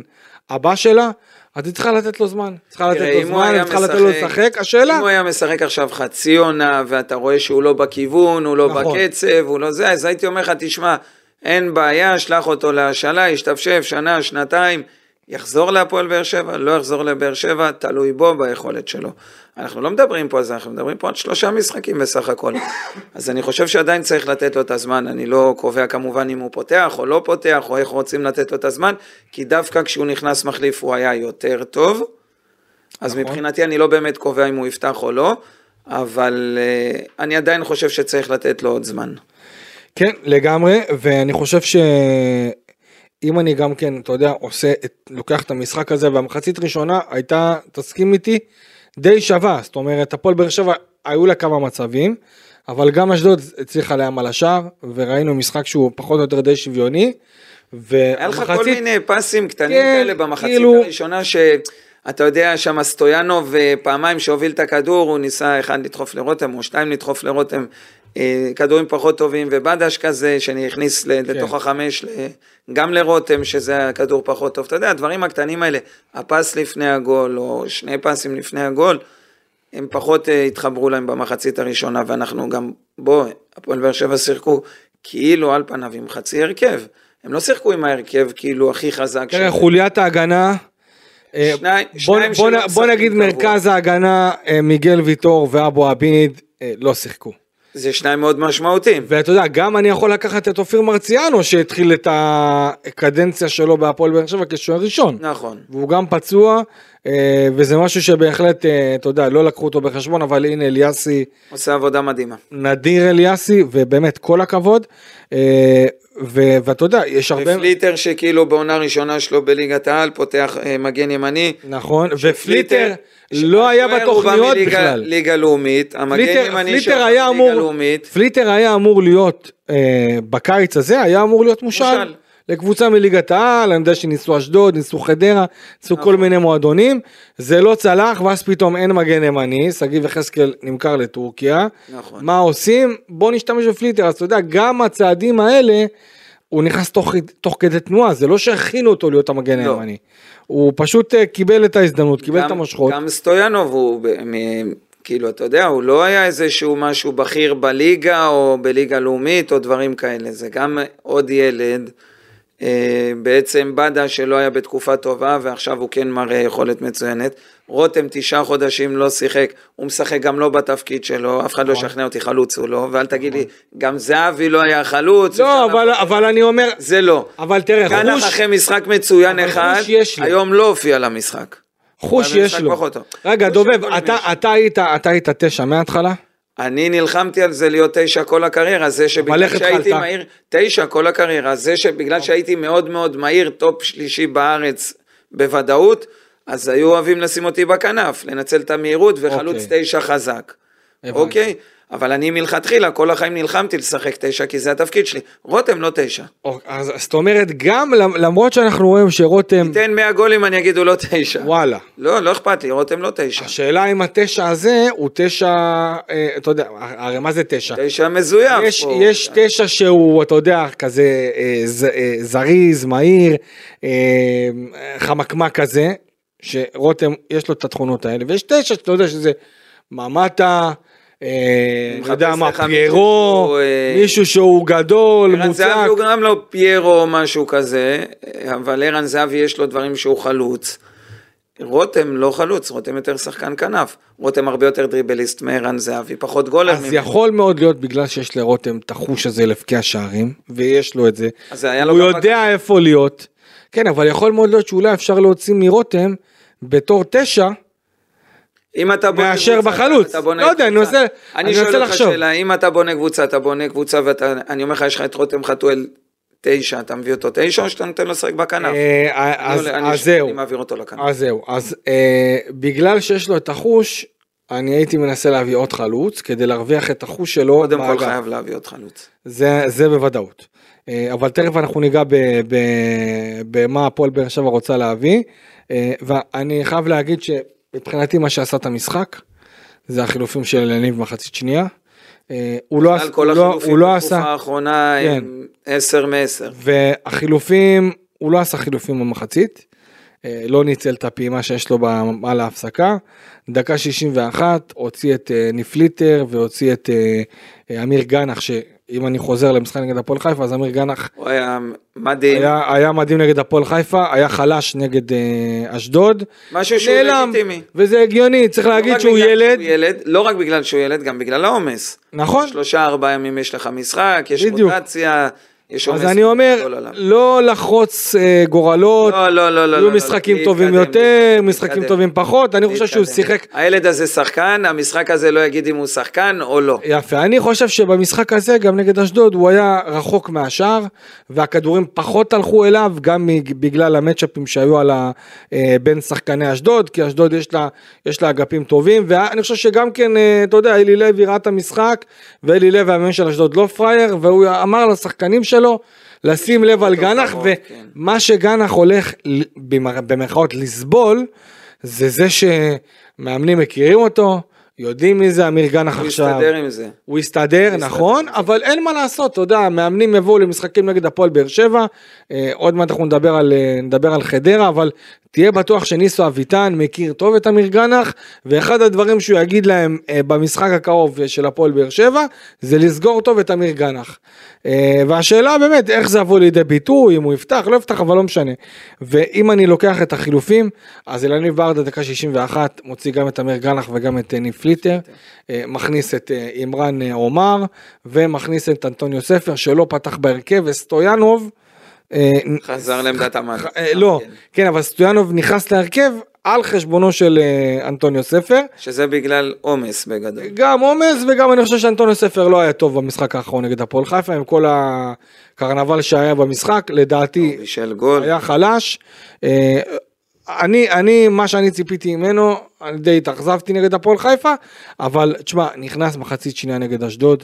Speaker 2: הבא שלה, אז היא צריכה לתת לו זמן, צריכה לתת
Speaker 3: תראה,
Speaker 2: לו
Speaker 3: אם הוא
Speaker 2: זמן,
Speaker 3: היה
Speaker 2: היא צריכה לתת לו לשחק, השאלה,
Speaker 3: אם הוא היה משחק עכשיו חצי עונה, ואתה רואה שהוא לא בכיוון, הוא לא
Speaker 2: נכון.
Speaker 3: בקצב, הוא לא זה, אז הייתי אומר לך, תשמע, אין בעיה, שלח אותו להשאלה, ישתפשף שנה, שנתיים, יחזור להפועל באר שבע, לא יחזור לבאר שבע, תלוי בו, ביכולת שלו. אנחנו לא מדברים פה על זה, אנחנו מדברים פה על שלושה משחקים בסך הכל. <laughs> אז אני חושב שעדיין צריך לתת לו את הזמן, אני לא קובע כמובן אם הוא פותח או לא פותח, או איך רוצים לתת לו את הזמן, כי דווקא כשהוא נכנס מחליף הוא היה יותר טוב. אז נכון. מבחינתי אני לא באמת קובע אם הוא יפתח או לא, אבל uh, אני עדיין חושב שצריך לתת לו עוד זמן.
Speaker 2: כן, לגמרי, ואני חושב שאם אני גם כן, אתה יודע, עושה, את... לוקח את המשחק הזה, והמחצית ראשונה הייתה, תסכים איתי, די שווה, זאת אומרת, הפועל באר שבע, היו לה כמה מצבים, אבל גם אשדוד הצליחה להם על השער, וראינו משחק שהוא פחות או יותר די שוויוני,
Speaker 3: היה לך כל
Speaker 2: והמחצית,
Speaker 3: מיני פסים קטנים
Speaker 2: כן,
Speaker 3: כאלה במחצית
Speaker 2: כאילו-
Speaker 3: הראשונה, שאתה יודע, שם סטויאנוב אה, פעמיים שהוביל את הכדור, הוא ניסה אחד לדחוף לרותם, או שתיים לדחוף לרותם, אה, כדורים פחות טובים, ובדש כזה, שנכניס ל-
Speaker 2: כן.
Speaker 3: לתוך החמש, ל- גם לרותם, שזה הכדור פחות טוב. אתה יודע, הדברים הקטנים האלה, הפס לפני הגול, או שני פסים לפני הגול, הם פחות אה, התחברו להם במחצית הראשונה, ואנחנו גם, בוא, הפועל באר שבע שיחקו כאילו על פניו עם חצי הרכב. הם לא שיחקו עם ההרכב כאילו הכי חזק.
Speaker 2: תראה,
Speaker 3: שלהם.
Speaker 2: חוליית ההגנה, אה,
Speaker 3: שניים-
Speaker 2: בוא,
Speaker 3: שניים
Speaker 2: בוא,
Speaker 3: שלא
Speaker 2: נ- בוא
Speaker 3: משחקים
Speaker 2: נגיד
Speaker 3: קבוע.
Speaker 2: מרכז ההגנה, אה, מיגל ויטור ואבו עביד, אה, לא שיחקו.
Speaker 3: זה שניים מאוד משמעותיים.
Speaker 2: ואתה יודע, גם אני יכול לקחת את אופיר מרציאנו שהתחיל את הקדנציה שלו בהפועל באר שבע כשוער ראשון.
Speaker 3: נכון.
Speaker 2: והוא גם פצוע, אה, וזה משהו שבהחלט, אה, אתה יודע, לא לקחו אותו בחשבון, אבל הנה אליאסי,
Speaker 3: עושה עבודה מדהימה.
Speaker 2: נדיר אליאסי, ובאמת כל הכבוד. אה, ו- ואתה יודע, יש הרבה...
Speaker 3: ופליטר שכאילו בעונה הראשונה שלו בליגת העל, פותח אה, מגן ימני.
Speaker 2: נכון, ופליטר לא היה
Speaker 3: השוער הוא בא
Speaker 2: בתוכניות
Speaker 3: מליגה-
Speaker 2: בכלל.
Speaker 3: ליגה לאומית, המגן
Speaker 2: פליטר,
Speaker 3: ימני
Speaker 2: פליטר,
Speaker 3: שלו
Speaker 2: היה
Speaker 3: בליגה
Speaker 2: אמור,
Speaker 3: לאומית.
Speaker 2: פליטר היה אמור להיות אה, בקיץ הזה, היה אמור להיות מושל,
Speaker 3: מושל.
Speaker 2: לקבוצה מליגת העל, אני יודע שניסו אשדוד, ניסו חדרה, ניסו
Speaker 3: נכון.
Speaker 2: כל מיני מועדונים, זה לא צלח, ואז פתאום אין מגן ימני, שגיב יחזקאל נמכר לטורקיה,
Speaker 3: נכון.
Speaker 2: מה עושים? בוא נשתמש בפליטר, אז אתה יודע, גם הצעדים האלה, הוא נכנס תוך, תוך כדי תנועה, זה לא שהכינו אותו להיות המגן
Speaker 3: לא.
Speaker 2: הימני, הוא פשוט אה, קיבל את ההזדמנות, קיבל את המושכות. לא,
Speaker 3: גם סטויאנוב הוא, ב- מ- כאילו, אתה יודע, הוא לא היה איזשהו משהו בכיר בליגה או בליגה לאומית או דברים כאלה. זה גם עוד ילד, אה, בעצם בדה שלא היה בתקופה טובה ועכשיו הוא כן מראה יכולת מצוינת. רותם תשעה חודשים לא שיחק, הוא משחק גם לא בתפקיד שלו, אף אחד
Speaker 2: נכון.
Speaker 3: לא ישכנע אותי, חלוץ הוא לא, ואל תגיד לי, גם זהבי לא היה חלוץ.
Speaker 2: לא,
Speaker 3: אפשר
Speaker 2: אבל,
Speaker 3: לעשות-
Speaker 2: אבל אני אומר,
Speaker 3: זה לא.
Speaker 2: אבל תראה,
Speaker 3: גנח
Speaker 2: חוש,
Speaker 3: אחרי משחק מצוין
Speaker 2: אבל
Speaker 3: אחד,
Speaker 2: חוש יש לי.
Speaker 3: היום לא הופיע למשחק.
Speaker 2: חוש
Speaker 3: אבל
Speaker 2: יש
Speaker 3: משחק
Speaker 2: לו.
Speaker 3: פחות טוב.
Speaker 2: רגע,
Speaker 3: חוש
Speaker 2: דובב,
Speaker 3: של כל
Speaker 2: אתה,
Speaker 3: מישהו.
Speaker 2: אתה, היית, אתה היית תשע מההתחלה?
Speaker 3: אני נלחמתי על זה להיות תשע כל הקריירה, זה
Speaker 2: אבל
Speaker 3: שבגלל
Speaker 2: איך
Speaker 3: שהייתי
Speaker 2: התחלת?
Speaker 3: מהיר, תשע כל הקריירה, זה שבגלל שהייתי מאוד מאוד מהיר, טופ שלישי בארץ בוודאות, אז היו אוהבים לשים אותי בכנף, לנצל את המהירות וחלוץ
Speaker 2: אוקיי.
Speaker 3: תשע חזק.
Speaker 2: הבנתי.
Speaker 3: אוקיי? אבל אני מלכתחילה, כל החיים נלחמתי לשחק תשע, כי זה התפקיד שלי. רותם לא תשע.
Speaker 2: או- אז, זאת אומרת, גם למ- למרות שאנחנו רואים שרותם,
Speaker 3: תן 100 גולים, אני אגיד הוא לא תשע.
Speaker 2: וואלה.
Speaker 3: לא, לא אכפת לי, רותם לא תשע.
Speaker 2: השאלה אם התשע הזה הוא תשע, אה, אתה יודע, הרי מה זה תשע?
Speaker 3: תשע מזויף.
Speaker 2: יש,
Speaker 3: פה.
Speaker 2: יש תשע שהוא, אתה יודע, כזה אה, ז, אה, זריז, מהיר, אה, חמקמק כזה, שרותם, יש לו את התכונות האלה, ויש תשע שאתה יודע שזה ממטה, אה,
Speaker 3: מחפש
Speaker 2: לא יודע מה,
Speaker 3: לך מישהו
Speaker 2: פיירו,
Speaker 3: שהוא, אה, כן,
Speaker 2: מישהו שהוא גדול,
Speaker 3: ערן
Speaker 2: מוצק.
Speaker 3: זהבי הוא גם לא פיירו או משהו כזה, אבל ערן זהבי יש לו דברים שהוא חלוץ. רותם לא חלוץ, רותם יותר שחקן כנף. רותם הרבה יותר דריבליסט מערן זהבי, פחות גולר.
Speaker 2: אז
Speaker 3: ממנו.
Speaker 2: יכול מאוד להיות בגלל שיש לרותם את החוש הזה לבקיע שערים, ויש לו את זה.
Speaker 3: אז היה לו
Speaker 2: הוא
Speaker 3: גם-
Speaker 2: יודע איפה להיות. כן, אבל יכול מאוד להיות שאולי אפשר להוציא מרותם בתור תשע,
Speaker 3: אם אתה בונה
Speaker 2: מאשר
Speaker 3: קבוצה,
Speaker 2: בחלוץ.
Speaker 3: אתה בונה
Speaker 2: לא יודע, אני
Speaker 3: קבוצה.
Speaker 2: רוצה- אני
Speaker 3: שואל
Speaker 2: רוצה
Speaker 3: אותך
Speaker 2: לחשוב.
Speaker 3: שאלה, אם אתה בונה קבוצה, אתה בונה קבוצה ואתה, אני אומר לך, יש לך את רותם חתואל תשע, אתה מביא אותו תשע או שאתה נותן לו לשחק בכנף?
Speaker 2: אה,
Speaker 3: אני
Speaker 2: אז-
Speaker 3: עולה- אני-
Speaker 2: אז זהו.
Speaker 3: אני מעביר אותו לכנף.
Speaker 2: אז זהו, אז אה, בגלל שיש לו את החוש, אני הייתי מנסה להביא עוד חלוץ, כדי להרוויח את החוש שלו.
Speaker 3: קודם כל
Speaker 2: באגף.
Speaker 3: חייב להביא עוד חלוץ.
Speaker 2: זה, זה בוודאות. אה, אבל תכף אנחנו ניגע ב, ב, במה הפועל באר שבע רוצה להביא. אה, ואני חייב להגיד שמבחינתי מה שעשה את המשחק, זה החילופים של יניב מחצית שנייה. אה, הוא לא, עש-
Speaker 3: על
Speaker 2: הוא
Speaker 3: כל
Speaker 2: לא, הוא
Speaker 3: החילופים
Speaker 2: לא
Speaker 3: בתקופה
Speaker 2: עשה,
Speaker 3: האחרונה
Speaker 2: כן.
Speaker 3: הם עשר מעשר.
Speaker 2: והחילופים, הוא לא עשה חילופים במחצית. אה, לא ניצל את הפעימה שיש לו ב- על ההפסקה. דקה 61 הוציא את אה, ניפליטר והוציא את אה, אה, אמיר גנח, שאם אני חוזר למשחק נגד הפועל חיפה, אז אמיר גנח
Speaker 3: הוא היה מדהים.
Speaker 2: היה, היה מדהים נגד הפועל חיפה, היה חלש נגד אה, אשדוד.
Speaker 3: משהו שהוא
Speaker 2: נעלם,
Speaker 3: לגיטימי.
Speaker 2: וזה הגיוני, צריך
Speaker 3: לא
Speaker 2: להגיד
Speaker 3: רק
Speaker 2: שהוא
Speaker 3: בגלל
Speaker 2: ילד.
Speaker 3: שהוא ילד. לא רק בגלל שהוא ילד, גם בגלל העומס.
Speaker 2: נכון.
Speaker 3: שלושה ארבעה ימים יש לך משחק, יש
Speaker 2: בדיוק.
Speaker 3: רוטציה, יש עומס.
Speaker 2: אז אני אומר,
Speaker 3: גדול עליו.
Speaker 2: לא לחרוץ אה, גורלות,
Speaker 3: לא, לא, לא, לא.
Speaker 2: יהיו
Speaker 3: לא,
Speaker 2: משחקים
Speaker 3: לא,
Speaker 2: טובים
Speaker 3: להתקדם,
Speaker 2: יותר,
Speaker 3: להתקדם,
Speaker 2: משחקים
Speaker 3: להתקדם.
Speaker 2: טובים פחות, אני חושב שהוא
Speaker 3: להתקדם.
Speaker 2: שיחק.
Speaker 3: הילד הזה שחקן, המשחק הזה לא יגיד אם הוא שחקן או לא.
Speaker 2: יפה, אני חושב שבמשחק הזה, גם נגד אשדוד, הוא היה רחוק מהשאר, והכדורים פחות הלכו אליו, גם מג- בגלל המצ'אפים שהיו על ה, אה, בין שחקני אשדוד, כי אשדוד יש לה, יש לה אגפים טובים, ואני חושב שגם כן, אה, אתה יודע, אלי לוי ראה את המשחק, ואלי לוי, המאמן של אשדוד לא פראייר, והוא אמר לשחקנים שלו, לשים לב על
Speaker 3: אותו
Speaker 2: גנח,
Speaker 3: קרוב, כן.
Speaker 2: ומה שגנח הולך, ל- במר- במרכאות, לסבול, זה זה שמאמנים מכירים אותו, יודעים מי זה אמיר גנח
Speaker 3: הוא
Speaker 2: עכשיו.
Speaker 3: יסתדר עם זה.
Speaker 2: הוא הסתדר,
Speaker 3: הסתדר.
Speaker 2: נכון, אבל אין מה לעשות, אתה יודע, המאמנים יבואו למשחקים נגד הפועל באר שבע, אה, עוד מעט אנחנו נדבר על, אה, נדבר על חדרה, אבל תהיה בטוח שניסו אביטן מכיר טוב את אמיר גנח, ואחד הדברים שהוא יגיד להם אה, במשחק הקרוב אה, של הפועל באר שבע, זה לסגור טוב את אמיר גנח. אה, והשאלה באמת, איך זה יבוא לידי ביטוי, אם הוא יפתח, לא יפתח, אבל לא משנה. ואם אני לוקח את החילופים, אז אלניב ברדה דקה 61, מוציא גם את אמיר גנח וגם את אה, ניב פליטר. אה, מכניס את אה, אימרן אה, עומר ומכניס את אנטוניו ספר שלא פתח בהרכב וסטויאנוב. אה,
Speaker 3: חזר לעמדת המאגר.
Speaker 2: אה, לא, כן אבל סטויאנוב נכנס להרכב על חשבונו של אה, אנטוניו ספר.
Speaker 3: שזה בגלל עומס בגדול.
Speaker 2: גם עומס וגם אני חושב שאנטוניו ספר לא היה טוב במשחק האחרון נגד הפועל חיפה עם כל הקרנבל שהיה במשחק לדעתי
Speaker 3: בישל גול.
Speaker 2: היה חלש. אה, אני, אני, מה שאני ציפיתי ממנו, אני די התאכזבתי נגד הפועל חיפה, אבל תשמע, נכנס מחצית שנייה נגד אשדוד,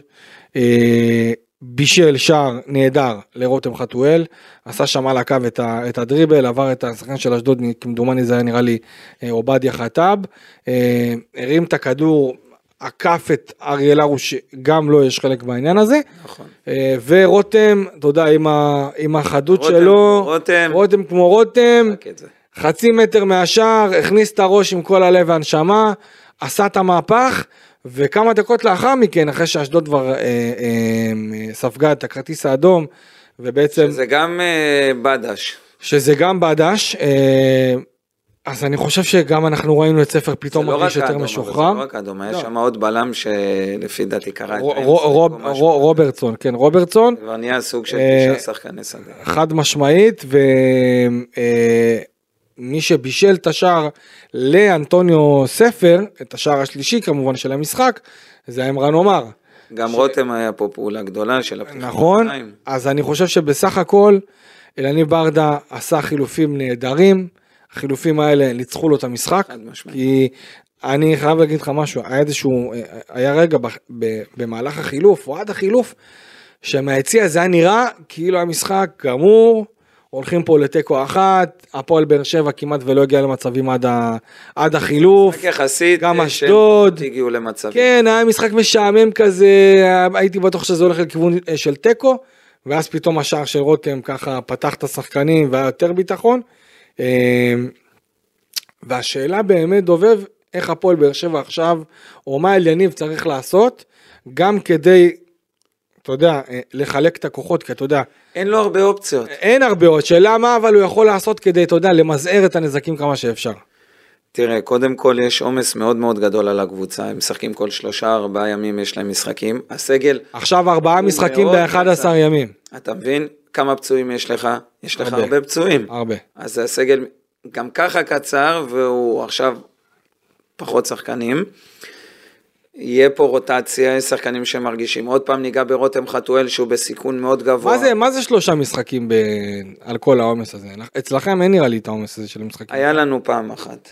Speaker 2: אה, בישל שער נהדר לרותם חתואל, עשה שם על הקו את, ה, את הדריבל, עבר את השחקן של אשדוד, כמדומני זה היה נראה לי אה, עובדיה חטאב, אה, הרים את הכדור, עקף את אריאל הרוש, גם לו יש חלק בעניין הזה.
Speaker 3: נכון.
Speaker 2: אה, ורותם, אתה יודע, עם, ה, עם החדות
Speaker 3: רותם,
Speaker 2: שלו,
Speaker 3: רותם.
Speaker 2: רותם כמו רותם,
Speaker 3: רק את זה.
Speaker 2: חצי מטר מהשער, הכניס את הראש עם כל הלב והנשמה, עשה את המהפך, וכמה דקות לאחר מכן, אחרי שאשדוד כבר אה, אה, אה, ספגה את הכרטיס האדום, ובעצם, שזה,
Speaker 3: זה גם אה, בדש.
Speaker 2: שזה גם בדש, אה, אז אני חושב שגם אנחנו ראינו את ספר פתאום
Speaker 3: זה לא רק
Speaker 2: מרגיש יותר
Speaker 3: האדום, אבל
Speaker 2: משוחרר.
Speaker 3: זה לא רק האדום, היה
Speaker 2: לא.
Speaker 3: שם עוד בלם שלפי דעתי קרא את
Speaker 2: רו-
Speaker 3: האמצע,
Speaker 2: רו- רו-
Speaker 3: או משהו.
Speaker 2: רו- רוברטסון, כן, רוברטסון.
Speaker 3: זה כבר נהיה סוג של
Speaker 2: אה,
Speaker 3: תשעה שחקני שדה.
Speaker 2: חד משמעית, ומי שבישל את השער לאנטוניו ספר, את השער השלישי כמובן של המשחק, זה היה עמרן עומר,
Speaker 3: גם רותם היה פה פעולה גדולה של הפתיחה.
Speaker 2: נכון?
Speaker 3: בינתיים.
Speaker 2: אז אני חושב שבסך הכל אלניב ברדה עשה חילופים נהדרים, החילופים האלה ניצחו לו את המשחק,
Speaker 3: חד משמעית.
Speaker 2: כי אני חייב להגיד לך משהו, היה איזשהו, אה, היה רגע ב- ב- במהלך החילוף, או עד החילוף, שמהיציע זה היה נראה כאילו המשחק גמור, הולכים פה לתיקו אחת, הפועל באר שבע כמעט ולא הגיע למצבים עד, ה, עד החילוף.
Speaker 3: רק יחסית,
Speaker 2: גם
Speaker 3: אה,
Speaker 2: אשדוד.
Speaker 3: שהם הגיעו למצבים.
Speaker 2: כן, היה משחק משעמם כזה, הייתי בטוח שזה הולך לכיוון אה, של תיקו, ואז פתאום השער של רותם ככה פתח את השחקנים והיה יותר ביטחון. אה, והשאלה באמת, דובב, איך הפועל באר שבע עכשיו, או מה אל יניב צריך לעשות, גם כדי, אתה יודע, אה, לחלק את הכוחות, כי אתה יודע,
Speaker 3: אין לו הרבה אופציות.
Speaker 2: אין הרבה עוד, שאלה מה אבל הוא יכול לעשות כדי, אתה יודע, למזער את הנזקים כמה שאפשר.
Speaker 3: תראה, קודם כל יש עומס מאוד מאוד גדול על הקבוצה, הם משחקים כל שלושה, ארבעה ימים יש להם משחקים. הסגל,
Speaker 2: עכשיו ארבעה
Speaker 3: הוא
Speaker 2: משחקים
Speaker 3: מאוד
Speaker 2: ב-11
Speaker 3: קצר.
Speaker 2: ימים.
Speaker 3: אתה מבין כמה פצועים יש לך? יש לך
Speaker 2: הרבה.
Speaker 3: הרבה פצועים.
Speaker 2: הרבה.
Speaker 3: אז הסגל גם ככה קצר, והוא עכשיו פחות שחקנים. יהיה פה רוטציה, יש שחקנים שמרגישים. עוד פעם ניגע ברותם חתואל שהוא בסיכון מאוד גבוה.
Speaker 2: מה זה, מה זה שלושה משחקים ב... על כל העומס הזה? אצלכם אין נראה לי את העומס הזה של משחקים.
Speaker 3: היה לנו פעם אחת.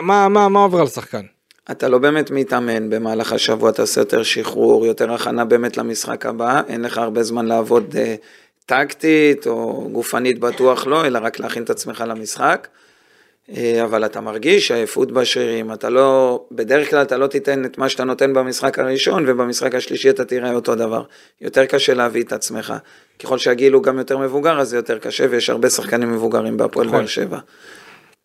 Speaker 2: מה, מה, מה עובר על שחקן?
Speaker 3: אתה לא באמת מתאמן במהלך השבוע, אתה עושה יותר שחרור, יותר הכנה באמת למשחק הבא, אין לך הרבה זמן לעבוד אה, טקטית או גופנית בטוח לא, אלא רק להכין את עצמך למשחק. אה, אבל אתה מרגיש עייפות בשרירים, אתה לא, בדרך כלל אתה לא תיתן את מה שאתה נותן במשחק הראשון, ובמשחק השלישי אתה תראה אותו דבר. יותר קשה להביא את עצמך. ככל שהגיל הוא גם יותר מבוגר, אז זה יותר קשה, ויש הרבה שחקנים מבוגרים בהפועל
Speaker 2: נכון.
Speaker 3: באר שבע.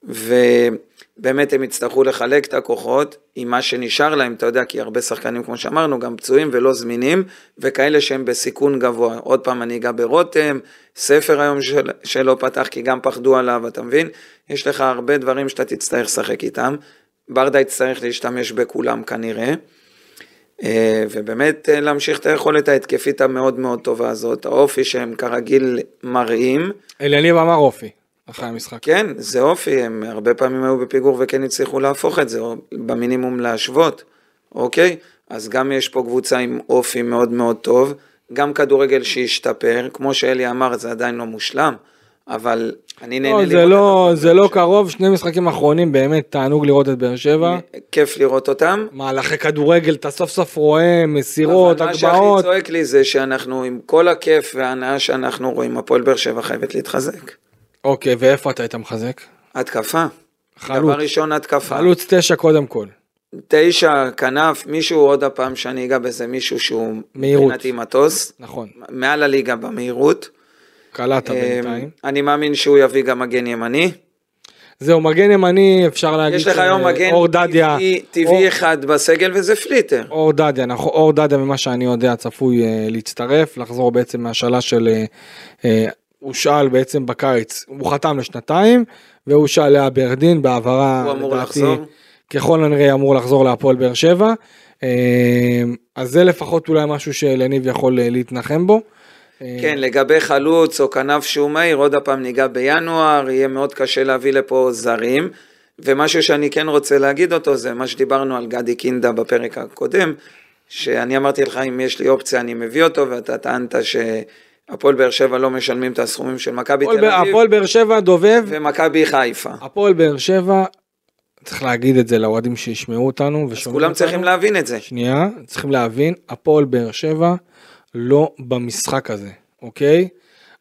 Speaker 3: ובאמת הם יצטרכו לחלק את הכוחות עם מה שנשאר להם, אתה יודע, כי הרבה שחקנים, כמו שאמרנו, גם פצועים ולא זמינים, וכאלה שהם בסיכון גבוה. עוד פעם, אני אגע ברותם, ספר היום של, שלא פתח, כי גם פחדו עליו, אתה מבין? יש לך הרבה דברים שאתה תצטרך לשחק איתם. ברדה יצטרך להשתמש בכולם כנראה. אה, ובאמת אה, להמשיך את היכולת ההתקפית המאוד מאוד טובה הזאת, האופי שהם כרגיל מראים.
Speaker 2: אליניב אמר אופי, אחרי המשחק.
Speaker 3: כן, זה אופי, הם הרבה פעמים היו בפיגור וכן הצליחו להפוך את זה, או במינימום להשוות, אוקיי? אז גם יש פה קבוצה עם אופי מאוד מאוד טוב, גם כדורגל שהשתפר, כמו שאלי אמר, זה עדיין לא מושלם, אבל אני נהנה
Speaker 2: לא, זה
Speaker 3: לראות
Speaker 2: לא,
Speaker 3: כן, את
Speaker 2: זה
Speaker 3: הפועל
Speaker 2: לא
Speaker 3: באר
Speaker 2: קרוב, שני משחקים אחרונים באמת תענוג לראות את באר שבע.
Speaker 3: שבע. כיף לראות אותם.
Speaker 2: מהלכי כדורגל, אתה סוף סוף רואה מסירות,
Speaker 3: אבל מה שהכי
Speaker 2: הגבהות.
Speaker 3: צועק לי זה שאנחנו, עם כל הכיף וההנאה שאנחנו רואים, הפועל באר שבע חייבת להתחזק.
Speaker 2: אוקיי, ואיפה אתה היית מחזק?
Speaker 3: התקפה.
Speaker 2: חלוץ.
Speaker 3: דבר ראשון, התקפה.
Speaker 2: חלוץ תשע קודם כל.
Speaker 3: תשע, כנף, מישהו עוד הפעם שאני אגע בזה, מישהו שהוא
Speaker 2: מהירות.
Speaker 3: מבחינתי מטוס,
Speaker 2: נכון,
Speaker 3: מעל הליגה במהירות.
Speaker 2: קלעת
Speaker 3: אמ,
Speaker 2: בינתיים.
Speaker 3: אני מאמין שהוא יביא גם מגן ימני.
Speaker 2: זהו, מגן ימני, אפשר להגיד
Speaker 3: יש לך
Speaker 2: ש-
Speaker 3: היום מגן
Speaker 2: כן, אה, אור דדיה.
Speaker 3: טבעי-
Speaker 2: אור-
Speaker 3: טבעי אחד בסגל וזה פליטר.
Speaker 2: אור דדיה, נכון, אור דדיה ממה שאני יודע צפוי אה, להצטרף, לחזור בעצם מהשאלה של, אה, אה, הושאל בעצם בקיץ, הוא חתם לשנתיים, והושאל לאברדין בהעברה,
Speaker 3: הוא אמור לחזור.
Speaker 2: ככל הנראה אמור לחזור להפועל באר שבע, אה, אז זה לפחות אולי משהו שלניב יכול אה, להתנחם בו. אה,
Speaker 3: כן, לגבי חלוץ או כנף שהוא מהיר, עוד הפעם ניגע בינואר, יהיה מאוד קשה להביא לפה זרים. ומשהו שאני כן רוצה להגיד אותו, זה מה שדיברנו על גדי קינדה בפרק הקודם, שאני אמרתי לך, אם יש לי אופציה אני מביא אותו, ואתה טענת שהפועל באר שבע לא משלמים את הסכומים של מכבי
Speaker 2: הפועל
Speaker 3: תל
Speaker 2: ב-
Speaker 3: אביב
Speaker 2: הפועל באר שבע דובב,
Speaker 3: ומכבי חיפה.
Speaker 2: הפועל באר שבע, צריך להגיד את זה לאוהדים שישמעו אותנו
Speaker 3: אז
Speaker 2: ושומעים
Speaker 3: כולם צריכים
Speaker 2: אותנו.
Speaker 3: להבין את זה.
Speaker 2: שנייה, צריכים להבין, הפועל באר שבע לא במשחק הזה, אוקיי?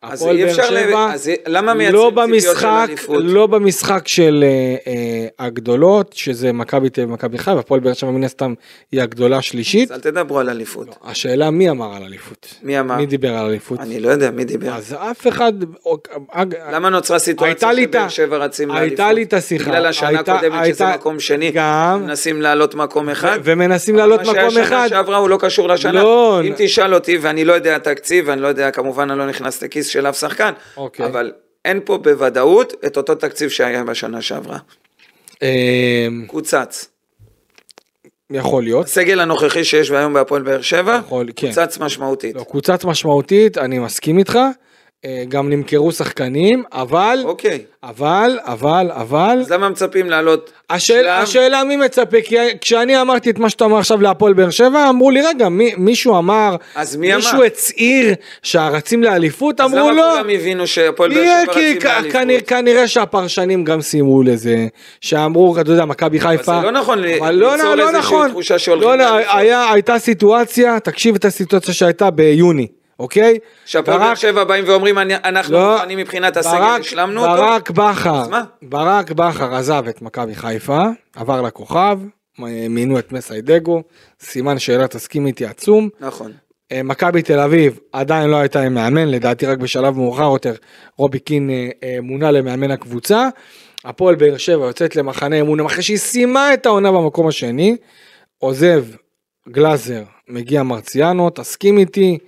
Speaker 3: אז
Speaker 2: הפועל
Speaker 3: אי
Speaker 2: באר
Speaker 3: אפשר,
Speaker 2: שבע
Speaker 3: ל- אז למה
Speaker 2: לא
Speaker 3: מייצרים ציפיות של
Speaker 2: במשחק,
Speaker 3: אליפות?
Speaker 2: לא במשחק של אה, אה, הגדולות, שזה מכבי תל אביב ומכבי חיפה, הפועל באר שבע מן הסתם היא הגדולה השלישית.
Speaker 3: אז אל תדברו על אליפות.
Speaker 2: לא. השאלה מי אמר על אליפות?
Speaker 3: מי אמר?
Speaker 2: מי דיבר על אליפות?
Speaker 3: אני לא יודע מי דיבר.
Speaker 2: אז אף אחד... או- אג-
Speaker 3: למה נוצרה סיטואציה
Speaker 2: הייתה לי את ה-
Speaker 3: שבאר שבע רצים
Speaker 2: הייתה
Speaker 3: לאליפות?
Speaker 2: לי את השיחה.
Speaker 3: בגלל השנה
Speaker 2: הייתה-
Speaker 3: הקודמת שזה
Speaker 2: הייתה-
Speaker 3: מקום שני,
Speaker 2: גם.
Speaker 3: מנסים לעלות מקום אחד.
Speaker 2: ומנסים
Speaker 3: אבל
Speaker 2: לעלות
Speaker 3: מה
Speaker 2: מקום
Speaker 3: שהיה שנה
Speaker 2: אחד.
Speaker 3: שעברה הוא לא קשור לשנה.
Speaker 2: לא.
Speaker 3: אם תשאל אותי, ואני לא יודע תקציב, אני לא יודע, כמובן אני לא נכנס לכיס של אף שחקן,
Speaker 2: אוקיי.
Speaker 3: אבל אין פה בוודאות את אותו תקציב שהיה בשנה שעברה.
Speaker 2: אה,
Speaker 3: קוצץ.
Speaker 2: יכול להיות.
Speaker 3: הסגל הנוכחי שיש היום בהפועל באר שבע,
Speaker 2: יכול, כן.
Speaker 3: קוצץ משמעותית.
Speaker 2: לא, קוצץ משמעותית, אני מסכים איתך. אה, גם נמכרו שחקנים, אבל,
Speaker 3: אוקיי.
Speaker 2: אבל, אבל, אבל,
Speaker 3: אז למה מצפים לעלות
Speaker 2: השאל,
Speaker 3: שלב?
Speaker 2: השאלה מי מצפה, כי כשאני אמרתי את מה שאתה אומר עכשיו להפועל באר שבע, אמרו לי, רגע, מי, מישהו אמר,
Speaker 3: אז מי אמר?
Speaker 2: מישהו הצהיר שהרצים לאליפות,
Speaker 3: אז
Speaker 2: אמרו
Speaker 3: למה
Speaker 2: לא.
Speaker 3: כולם הבינו שהפועל באר
Speaker 2: תהיה,
Speaker 3: שבע
Speaker 2: כי
Speaker 3: רצים
Speaker 2: כ-
Speaker 3: לאליפות?
Speaker 2: כנראה, כנראה שהפרשנים גם סיימו לזה, שאמרו, אתה יודע, מכבי חיפה,
Speaker 3: זה לא נכון ל-
Speaker 2: אבל לא,
Speaker 3: ליצור
Speaker 2: לא, לא
Speaker 3: איזושהי
Speaker 2: נכון,
Speaker 3: תחושה שהולכים
Speaker 2: לא, לא,
Speaker 3: לאליפות.
Speaker 2: היה, הייתה סיטואציה, תקשיב את הסיטואציה שהייתה ביוני, אוקיי?
Speaker 3: שהפועל באר
Speaker 2: ברק-
Speaker 3: שבע באים ואומרים "אני- אנחנו
Speaker 2: לא,
Speaker 3: מוכנים מבחינת הסגל,
Speaker 2: ברק-
Speaker 3: השלמנו אותו?
Speaker 2: ברק בכר,
Speaker 3: אז מה?
Speaker 2: ברק בכר עזב את מכבי חיפה, עבר לכוכב, מינו את מסיידגו, סימן שאלה תסכים איתי עצום.
Speaker 3: נכון.
Speaker 2: אה, מכבי תל אביב עדיין לא הייתה עם מאמן, לדעתי רק בשלב מאוחר יותר רובי קין אה, אה, מונה למאמן הקבוצה. הפועל באר שבע יוצאת למחנה אימון אחרי שהיא סיימה את העונה במקום השני, עוזב גלאזר, מגיע מרציאנו, תסכים איתי,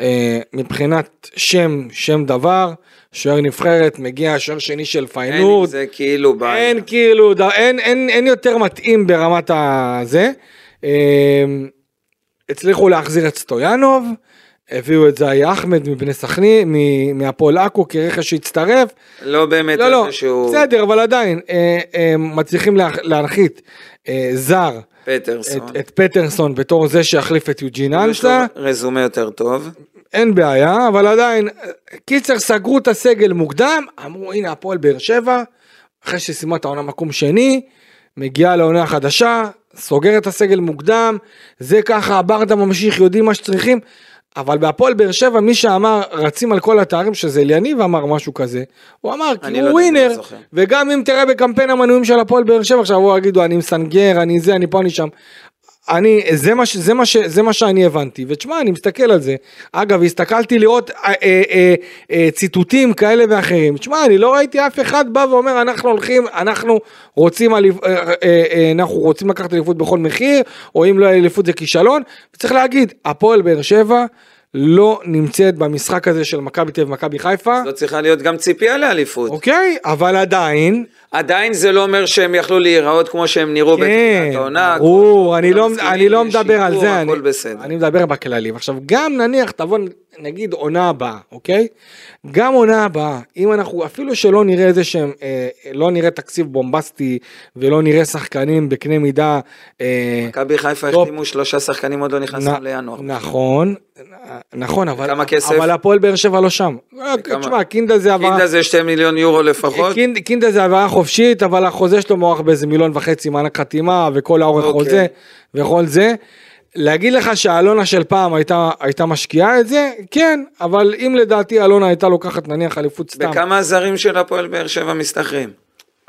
Speaker 2: אה, מבחינת שם, שם דבר, שוער נבחרת, מגיע השוער שני של
Speaker 3: אין עם
Speaker 2: פיינורד,
Speaker 3: זה כאילו בעיה.
Speaker 2: אין כאילו, ד- אין, אין, אין יותר מתאים ברמת הזה. אה, הצליחו להחזיר את סטויאנוב, הביאו את זאי אחמד מבני סכנין, מ- מהפועל עכו כרכש שהצטרף.
Speaker 3: לא באמת
Speaker 2: לא, לא,
Speaker 3: איזשהו
Speaker 2: בסדר, אבל עדיין, אה, אה, מצליחים לה- להנחית אה, זר,
Speaker 3: פטרסון.
Speaker 2: את, את פטרסון בתור זה שיחליף את יוג'ין
Speaker 3: נכון. יש לו
Speaker 2: אנסה,
Speaker 3: רזומה יותר טוב.
Speaker 2: אין בעיה, אבל עדיין, קיצר, סגרו את הסגל מוקדם, אמרו הנה הפועל באר שבע, אחרי שסיימה את העונה מקום שני, מגיעה לעונה החדשה, סוגרת את הסגל מוקדם, זה ככה, הברדה ממשיך, יודעים מה שצריכים, אבל בהפועל באר שבע, מי שאמר, רצים על כל התארים, שזה אליניב אמר משהו כזה, הוא אמר,
Speaker 3: אני
Speaker 2: כי הוא
Speaker 3: לא יודע, אני לא
Speaker 2: ווינר,
Speaker 3: זוכר.
Speaker 2: וגם אם תראה בקמפיין המנויים של הפועל באר שבע, עכשיו הוא יגידו, אני מסנגר, אני זה, אני פה, אני שם. אני, זה מה, ש- זה מה, ש- זה מה שאני הבנתי, ותשמע, אני מסתכל על זה. אגב, הסתכלתי לראות אה, אה, אה, אה, ציטוטים כאלה ואחרים. תשמע, אני לא ראיתי אף אחד בא ואומר, אנחנו הולכים, אנחנו רוצים, אליפ- אה, אה, אה, אנחנו רוצים לקחת אליפות בכל מחיר, או אם לא יהיה אליפות זה כישלון. צריך להגיד, הפועל באר שבע לא נמצאת במשחק הזה של מכבי תל אביב ומכבי חיפה,
Speaker 3: לא צריכה להיות גם ציפייה לאליפות.
Speaker 2: אוקיי? אבל עדיין,
Speaker 3: עדיין זה לא אומר שהם יכלו להיראות כמו שהם נראו
Speaker 2: כן,
Speaker 3: בתחילת העונה.
Speaker 2: ברור, אני לא,
Speaker 3: מסכימים,
Speaker 2: אני לא
Speaker 3: יש
Speaker 2: מדבר על
Speaker 3: שיפור,
Speaker 2: זה, אני,
Speaker 3: הכל בסדר.
Speaker 2: אני מדבר בכללים. עכשיו, גם נניח תבוא, נגיד עונה הבאה, אוקיי? גם עונה הבאה, אם אנחנו, אפילו שלא נראה איזה שהם, אה, לא נראה תקציב בומבסטי, ולא נראה שחקנים בקנה מידה... אה,
Speaker 3: מכבי חיפה
Speaker 2: טוב.
Speaker 3: החתימו שלושה שחקנים עוד לא נכנסנו
Speaker 2: נ-
Speaker 3: לינואר.
Speaker 2: נכון, נכון, אבל,
Speaker 3: כמה כסף?
Speaker 2: אבל הפועל באר שבע לא שם.
Speaker 3: וכמה-
Speaker 2: תשמע, קינדה זה עברה...
Speaker 3: קינדה זה 2 מיליון יורו לפחות.
Speaker 2: קינד, קינדה זה עבירה חופשית, אבל החוזה שלו מוערך באיזה מיליון וחצי מענק חתימה, וכל האורך
Speaker 3: אוקיי.
Speaker 2: חוזה, וכל זה. להגיד לך שהאלונה של פעם הייתה, הייתה משקיעה את זה? כן, אבל אם לדעתי אלונה הייתה לוקחת נניח אליפות סתם.
Speaker 3: בכמה הזרים של הפועל באר שבע משתכרים?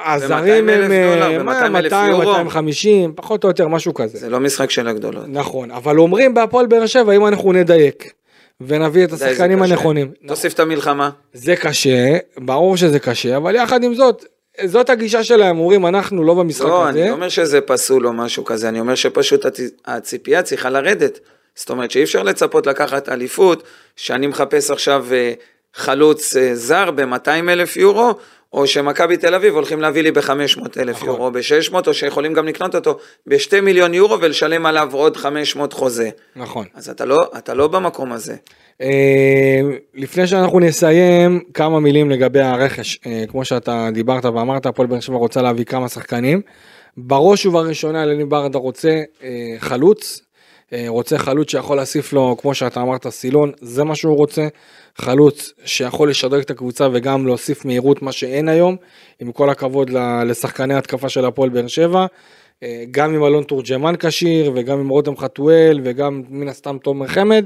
Speaker 2: הזרים
Speaker 3: ב-200,000
Speaker 2: הם אה,
Speaker 3: דולר,
Speaker 2: מה,
Speaker 3: ב-200,000
Speaker 2: 200,
Speaker 3: יורו.
Speaker 2: 250, פחות או יותר, משהו כזה.
Speaker 3: זה לא משחק של הגדולות.
Speaker 2: נכון, אבל אומרים בהפועל באר שבע, אם אנחנו נדייק, ונביא את
Speaker 3: די, זה
Speaker 2: השחקנים
Speaker 3: קשה.
Speaker 2: הנכונים.
Speaker 3: תוסיף את המלחמה.
Speaker 2: זה קשה, ברור שזה קשה, אבל יחד עם זאת, זאת הגישה שלהם, אומרים אנחנו לא במשחק
Speaker 3: לא,
Speaker 2: הזה.
Speaker 3: אני לא אומר שזה פסול או משהו כזה, אני אומר שפשוט הצ- הציפייה צריכה לרדת. זאת אומרת שאי אפשר לצפות לקחת אליפות, שאני מחפש עכשיו אה, חלוץ אה, זר ב-200 אלף יורו, או שמכבי תל אביב הולכים להביא לי ב-500 אלף
Speaker 2: נכון.
Speaker 3: יורו, או ב-600, או שיכולים גם לקנות אותו ב-2 מיליון יורו ולשלם עליו עוד 500 חוזה.
Speaker 2: נכון.
Speaker 3: אז אתה לא, אתה לא במקום הזה.
Speaker 2: אה, לפני שאנחנו נסיים, כמה מילים לגבי הרכש. אה, כמו שאתה דיברת ואמרת, הפועל באר שבע רוצה להביא כמה שחקנים. בראש ובראשונה אלני ברדה רוצה אה, חלוץ. אה, רוצה חלוץ שיכול להוסיף לו, כמו שאתה אמרת, סילון, זה מה שהוא רוצה. חלוץ שיכול לשדרג את הקבוצה וגם להוסיף מהירות, מה שאין היום. עם כל הכבוד ל- לשחקני התקפה של הפועל באר שבע. אה, גם עם אלון תורג'מן כשיר, וגם עם רותם חתואל, וגם מן הסתם תומר חמד.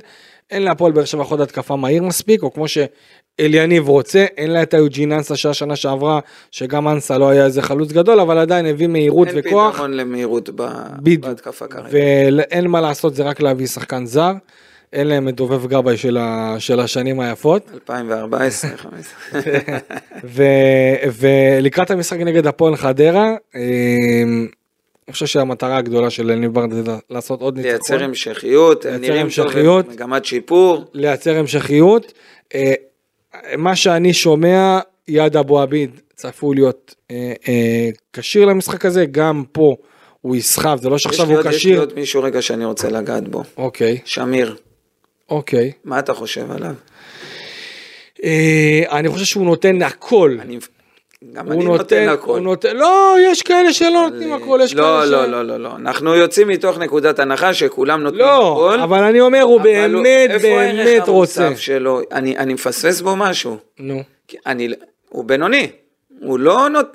Speaker 2: אין להפועל באר שבע חוד התקפה מהיר מספיק, או כמו שאליניב רוצה, אין לה את היוג'ין אנסה שהיה שנה שעברה, שגם אנסה לא היה איזה חלוץ גדול, אבל עדיין הביא מהירות
Speaker 3: אין
Speaker 2: וכוח,
Speaker 3: פתרון למהירות ב...
Speaker 2: בדיוק.
Speaker 3: בהתקפה כרגע.
Speaker 2: ואין מה לעשות, זה רק להביא שחקן זר. אין להם את דובב גבאי של, ה... של השנים היפות.
Speaker 3: 2014, 2015.
Speaker 2: <laughs> ו... ולקראת המשחק נגד הפועל חדרה, אמ, אני חושב שהמטרה הגדולה של אלניב ברדה זה לעשות עוד ניצחון.
Speaker 3: לייצר המשכיות, הם
Speaker 2: נכון? לייצר
Speaker 3: נראים טוב,
Speaker 2: המשכיות.
Speaker 3: מגמת שיפור.
Speaker 2: לייצר המשכיות. אה, מה שאני שומע, יד אבו עביד צפוי להיות אה, אה, כשיר למשחק הזה, גם פה הוא יסחב, זה לא שעכשיו
Speaker 3: יש לי
Speaker 2: הוא
Speaker 3: עוד- יש לי
Speaker 2: כשיר.
Speaker 3: עוד מישהו רגע שאני רוצה לגעת בו.
Speaker 2: אוקיי,
Speaker 3: שמיר,
Speaker 2: אוקיי.
Speaker 3: מה אתה חושב עליו?
Speaker 2: אה, אני חושב שהוא נותן הכל.
Speaker 3: אני... גם
Speaker 2: הוא
Speaker 3: אני נותן הכל.
Speaker 2: הוא נותן, לא, יש כאלה שלא נותנים הכל, יש כאלה
Speaker 3: לא,
Speaker 2: ש...
Speaker 3: לא, לא, לא, לא. אנחנו יוצאים מתוך נקודת הנחה שכולם נותנים הכל.
Speaker 2: לא, אבל אני אומר, הוא
Speaker 3: נכון. אבל
Speaker 2: באמת,
Speaker 3: איפה הערך
Speaker 2: באמת רוצה.
Speaker 3: המוסף שלו? אני אני מפספס בו משהו.
Speaker 2: נו,
Speaker 3: כי אני, הוא בינוני, הוא לא נות...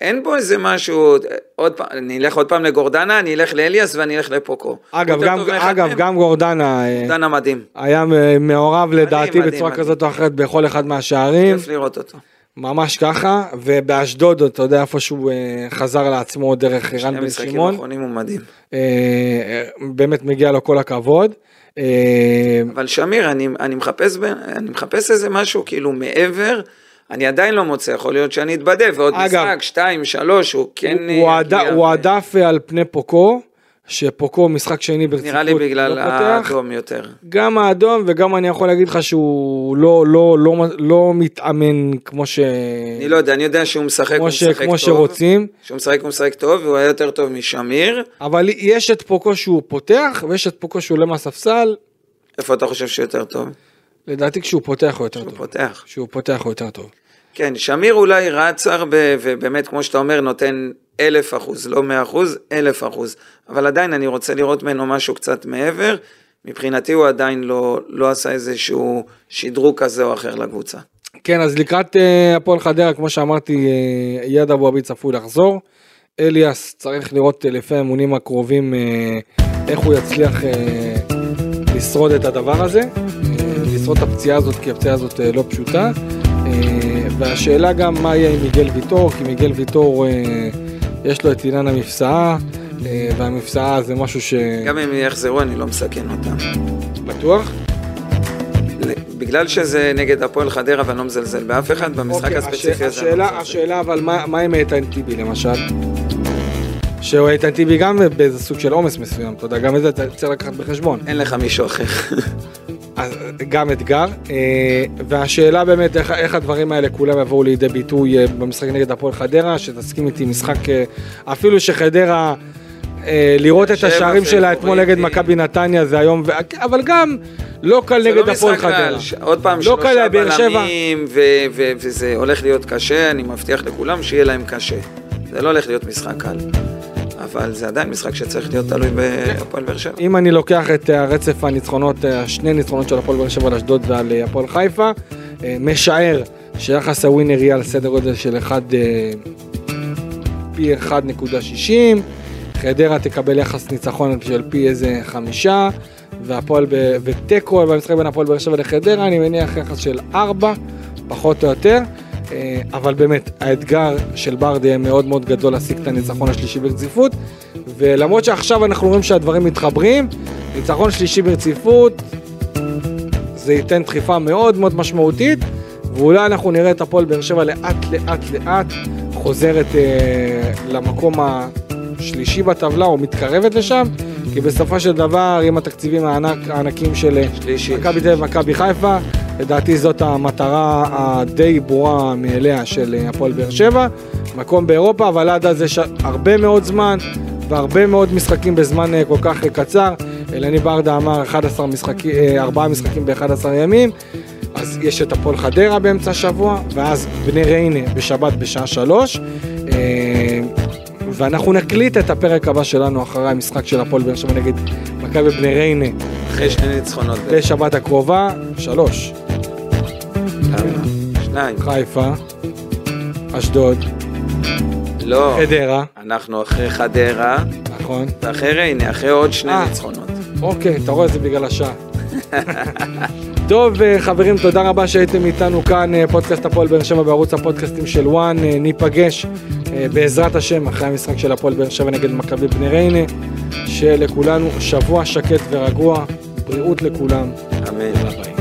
Speaker 3: אין בו איזה משהו, עוד פעם, אני אלך עוד פעם לגורדנה, אני אלך לאליאס ואני אלך לפוקו.
Speaker 2: אגב,
Speaker 3: יותר
Speaker 2: גם-
Speaker 3: טוב מאחד
Speaker 2: אגב,
Speaker 3: מהם.
Speaker 2: גם גורדנה אה,
Speaker 3: גורדנה מדהים,
Speaker 2: היה אה, מעורב לדעתי
Speaker 3: מדהים,
Speaker 2: בצורה
Speaker 3: מדהים.
Speaker 2: כזאת או אחרת בכל אחד מהשערים.
Speaker 3: כיף לראות אותו.
Speaker 2: ממש ככה, ובאשדוד, אתה יודע, איפה שהוא אה, חזר לעצמו דרך רן
Speaker 3: שני
Speaker 2: בן
Speaker 3: משחקים נכון.
Speaker 2: שמעון,
Speaker 3: האחרונים הוא מדהים.
Speaker 2: אה, אה, באמת מגיע לו כל הכבוד. אה,
Speaker 3: אבל שמיר, אני, אני, מחפש, ב- אני מחפש איזה משהו כאילו מעבר, אני עדיין לא מוצא, יכול להיות שאני אתבדה, ועוד
Speaker 2: אגב,
Speaker 3: משחק, שתיים, שלוש, הוא כן...
Speaker 2: הוא- הוא
Speaker 3: אה,
Speaker 2: עד-
Speaker 3: יגיע,
Speaker 2: הוא
Speaker 3: ו-
Speaker 2: עדף אה, על פני פוקו, שפוקו משחק שני ברציפות
Speaker 3: אה, נראה לי בגלל
Speaker 2: לא פותח.
Speaker 3: האדום יותר.
Speaker 2: גם האדום וגם אני יכול להגיד לך שהוא לא, לא, לא, לא מתאמן כמו ש...
Speaker 3: אני לא יודע, אני יודע שהוא משחק, הוא
Speaker 2: כמו, ש...
Speaker 3: משחק טוב.
Speaker 2: כמו שרוצים,
Speaker 3: שהוא משחק, הוא משחק טוב, והוא היה יותר טוב משמיר.
Speaker 2: אבל יש את פוקו שהוא פותח ויש את פוקו שהוא עולה מהספסל,
Speaker 3: איפה אתה חושב שיותר טוב?
Speaker 2: לדעתי כשהוא פותח הוא יותר
Speaker 3: הוא
Speaker 2: טוב.
Speaker 3: פותח.
Speaker 2: כשהוא פותח הוא יותר טוב.
Speaker 3: כן, שמיר אולי רץ הרבה, ובאמת, כמו שאתה אומר, נותן אלף אחוז, לא מאה אחוז, אלף אחוז. אבל עדיין אני רוצה לראות ממנו משהו קצת מעבר. מבחינתי הוא עדיין לא, לא עשה איזשהו שדרוג כזה או אחר לקבוצה.
Speaker 2: כן, אז לקראת אה, הפועל חדרה, כמו שאמרתי, אה, אייד אבו עביד צפוי לחזור. אליאס צריך לראות אה, לפי האמונים הקרובים אה, איך הוא יצליח אה, לשרוד את הדבר הזה, אה, לשרוד את הפציעה הזאת, כי הפציעה הזאת אה, לא פשוטה. אה, והשאלה גם מה יהיה עם מיגל ויטור, כי מיגל ויטור אה, יש לו את עניין המפסעה, אה, והמפסעה זה משהו
Speaker 3: גם אם יחזרו, אני לא מסכן אותם.
Speaker 2: שבטוח.
Speaker 3: בגלל שזה נגד הפועל חדרה ואני לא מזלזל באף אחד, במשחק
Speaker 2: אוקיי,
Speaker 3: הספציפי
Speaker 2: הש-
Speaker 3: הזה... אני לא
Speaker 2: השאלה,
Speaker 3: מזלזל.
Speaker 2: השאלה אבל מה מה עם איתן טיבי למשל? שהוא איתן טיבי גם באיזה סוג של עומס מסוים, אתה יודע, גם את זה אתה צריך לקחת בחשבון.
Speaker 3: אין לך מישהו אחר. <laughs>
Speaker 2: אז גם אתגר, אה, והשאלה באמת איך, איך הדברים האלה כולם יבואו לידי ביטוי אה, במשחק נגד הפועל חדרה, שתסכים איתי משחק, אה, אפילו שחדרה, אה, לראות את
Speaker 3: שבע,
Speaker 2: השערים
Speaker 3: זה
Speaker 2: שלה אתמול נגד
Speaker 3: פוריטי.
Speaker 2: מכבי נתניה זה היום, ו- אבל גם לא קל
Speaker 3: זה
Speaker 2: נגד
Speaker 3: לא
Speaker 2: הפועל
Speaker 3: משחק
Speaker 2: חדרה.
Speaker 3: קל. ש- עוד פעם,
Speaker 2: לא קל,
Speaker 3: שלושה
Speaker 2: באר שבע.
Speaker 3: בלמים, ו- ו- וזה הולך להיות קשה, אני מבטיח לכולם שיהיה להם קשה. זה לא הולך להיות משחק קל. אבל זה עדיין משחק שצריך להיות תלוי בהפועל באר שבע.
Speaker 2: כן. אם אני לוקח את אה, רצף הניצחונות, אה, שני ניצחונות של הפועל באר שבע על אשדוד ועל אה, הפועל חיפה, אה, משער שיחס הווינר יהיה על סדר גודל של אה, 1 פי 1.60, חדרה תקבל יחס ניצחון של פי איזה חמישה, והפועל ב- ותיקו במשחק בין הפועל באר שבע לחדרה, אני מניח יחס של 4, פחות או יותר. אה, אבל באמת, האתגר של ברדה יהיה מאוד מאוד גדול להשיג את הניצחון השלישי ברציפות, ולמרות שעכשיו אנחנו רואים שהדברים מתחברים, ניצחון שלישי ברציפות, זה ייתן דחיפה מאוד מאוד משמעותית, ואולי אנחנו נראה את הפועל באר שבע לאט לאט לאט חוזרת אה, למקום השלישי בטבלה, או מתקרבת לשם, כי בסופו של דבר, עם התקציבים הענק, הענקים של אה,
Speaker 3: שלישי.
Speaker 2: מכבי תל אביב ומכבי חיפה, לדעתי זאת המטרה הדי ברורה מאליה של אה, הפועל באר שבע, מקום באירופה, אבל עד אז יש הרבה מאוד זמן והרבה מאוד משחקים בזמן אה, כל כך אה, קצר. אלני ברדה אמר 11 משחקים, 4 אה, משחקים ב-11 ימים, אז יש את הפועל חדרה באמצע השבוע, ואז בני ריינה בשבת בשעה 3. ואנחנו נקליט את הפרק הבא שלנו אחרי המשחק של הפועל באר שבע נגד מכבי בני ריינה
Speaker 3: אחרי שני ניצחונות. ב-
Speaker 2: בשבת הקרובה, שלוש,
Speaker 3: למה? שניים.
Speaker 2: חיפה, אשדוד,
Speaker 3: לא.
Speaker 2: חדרה,
Speaker 3: אנחנו אחרי חדרה,
Speaker 2: נכון.
Speaker 3: ואחרי ריינה, אחרי עוד שני
Speaker 2: אה.
Speaker 3: ניצחונות.
Speaker 2: אוקיי, אתה רואה זה בגלל השעה. טוב, אה, חברים, תודה רבה שהייתם איתנו כאן, אה, פודקאסט הפועל באר שבע בערוץ הפודקאסטים של וואן. אה, ניפגש אה, בעזרת השם אחרי המשחק של הפועל באר שבע נגד מכבי בני ריינה. שלכולנו שבוע שקט ורגוע, בריאות לכולם.
Speaker 3: אמן.
Speaker 2: יאללה ביי.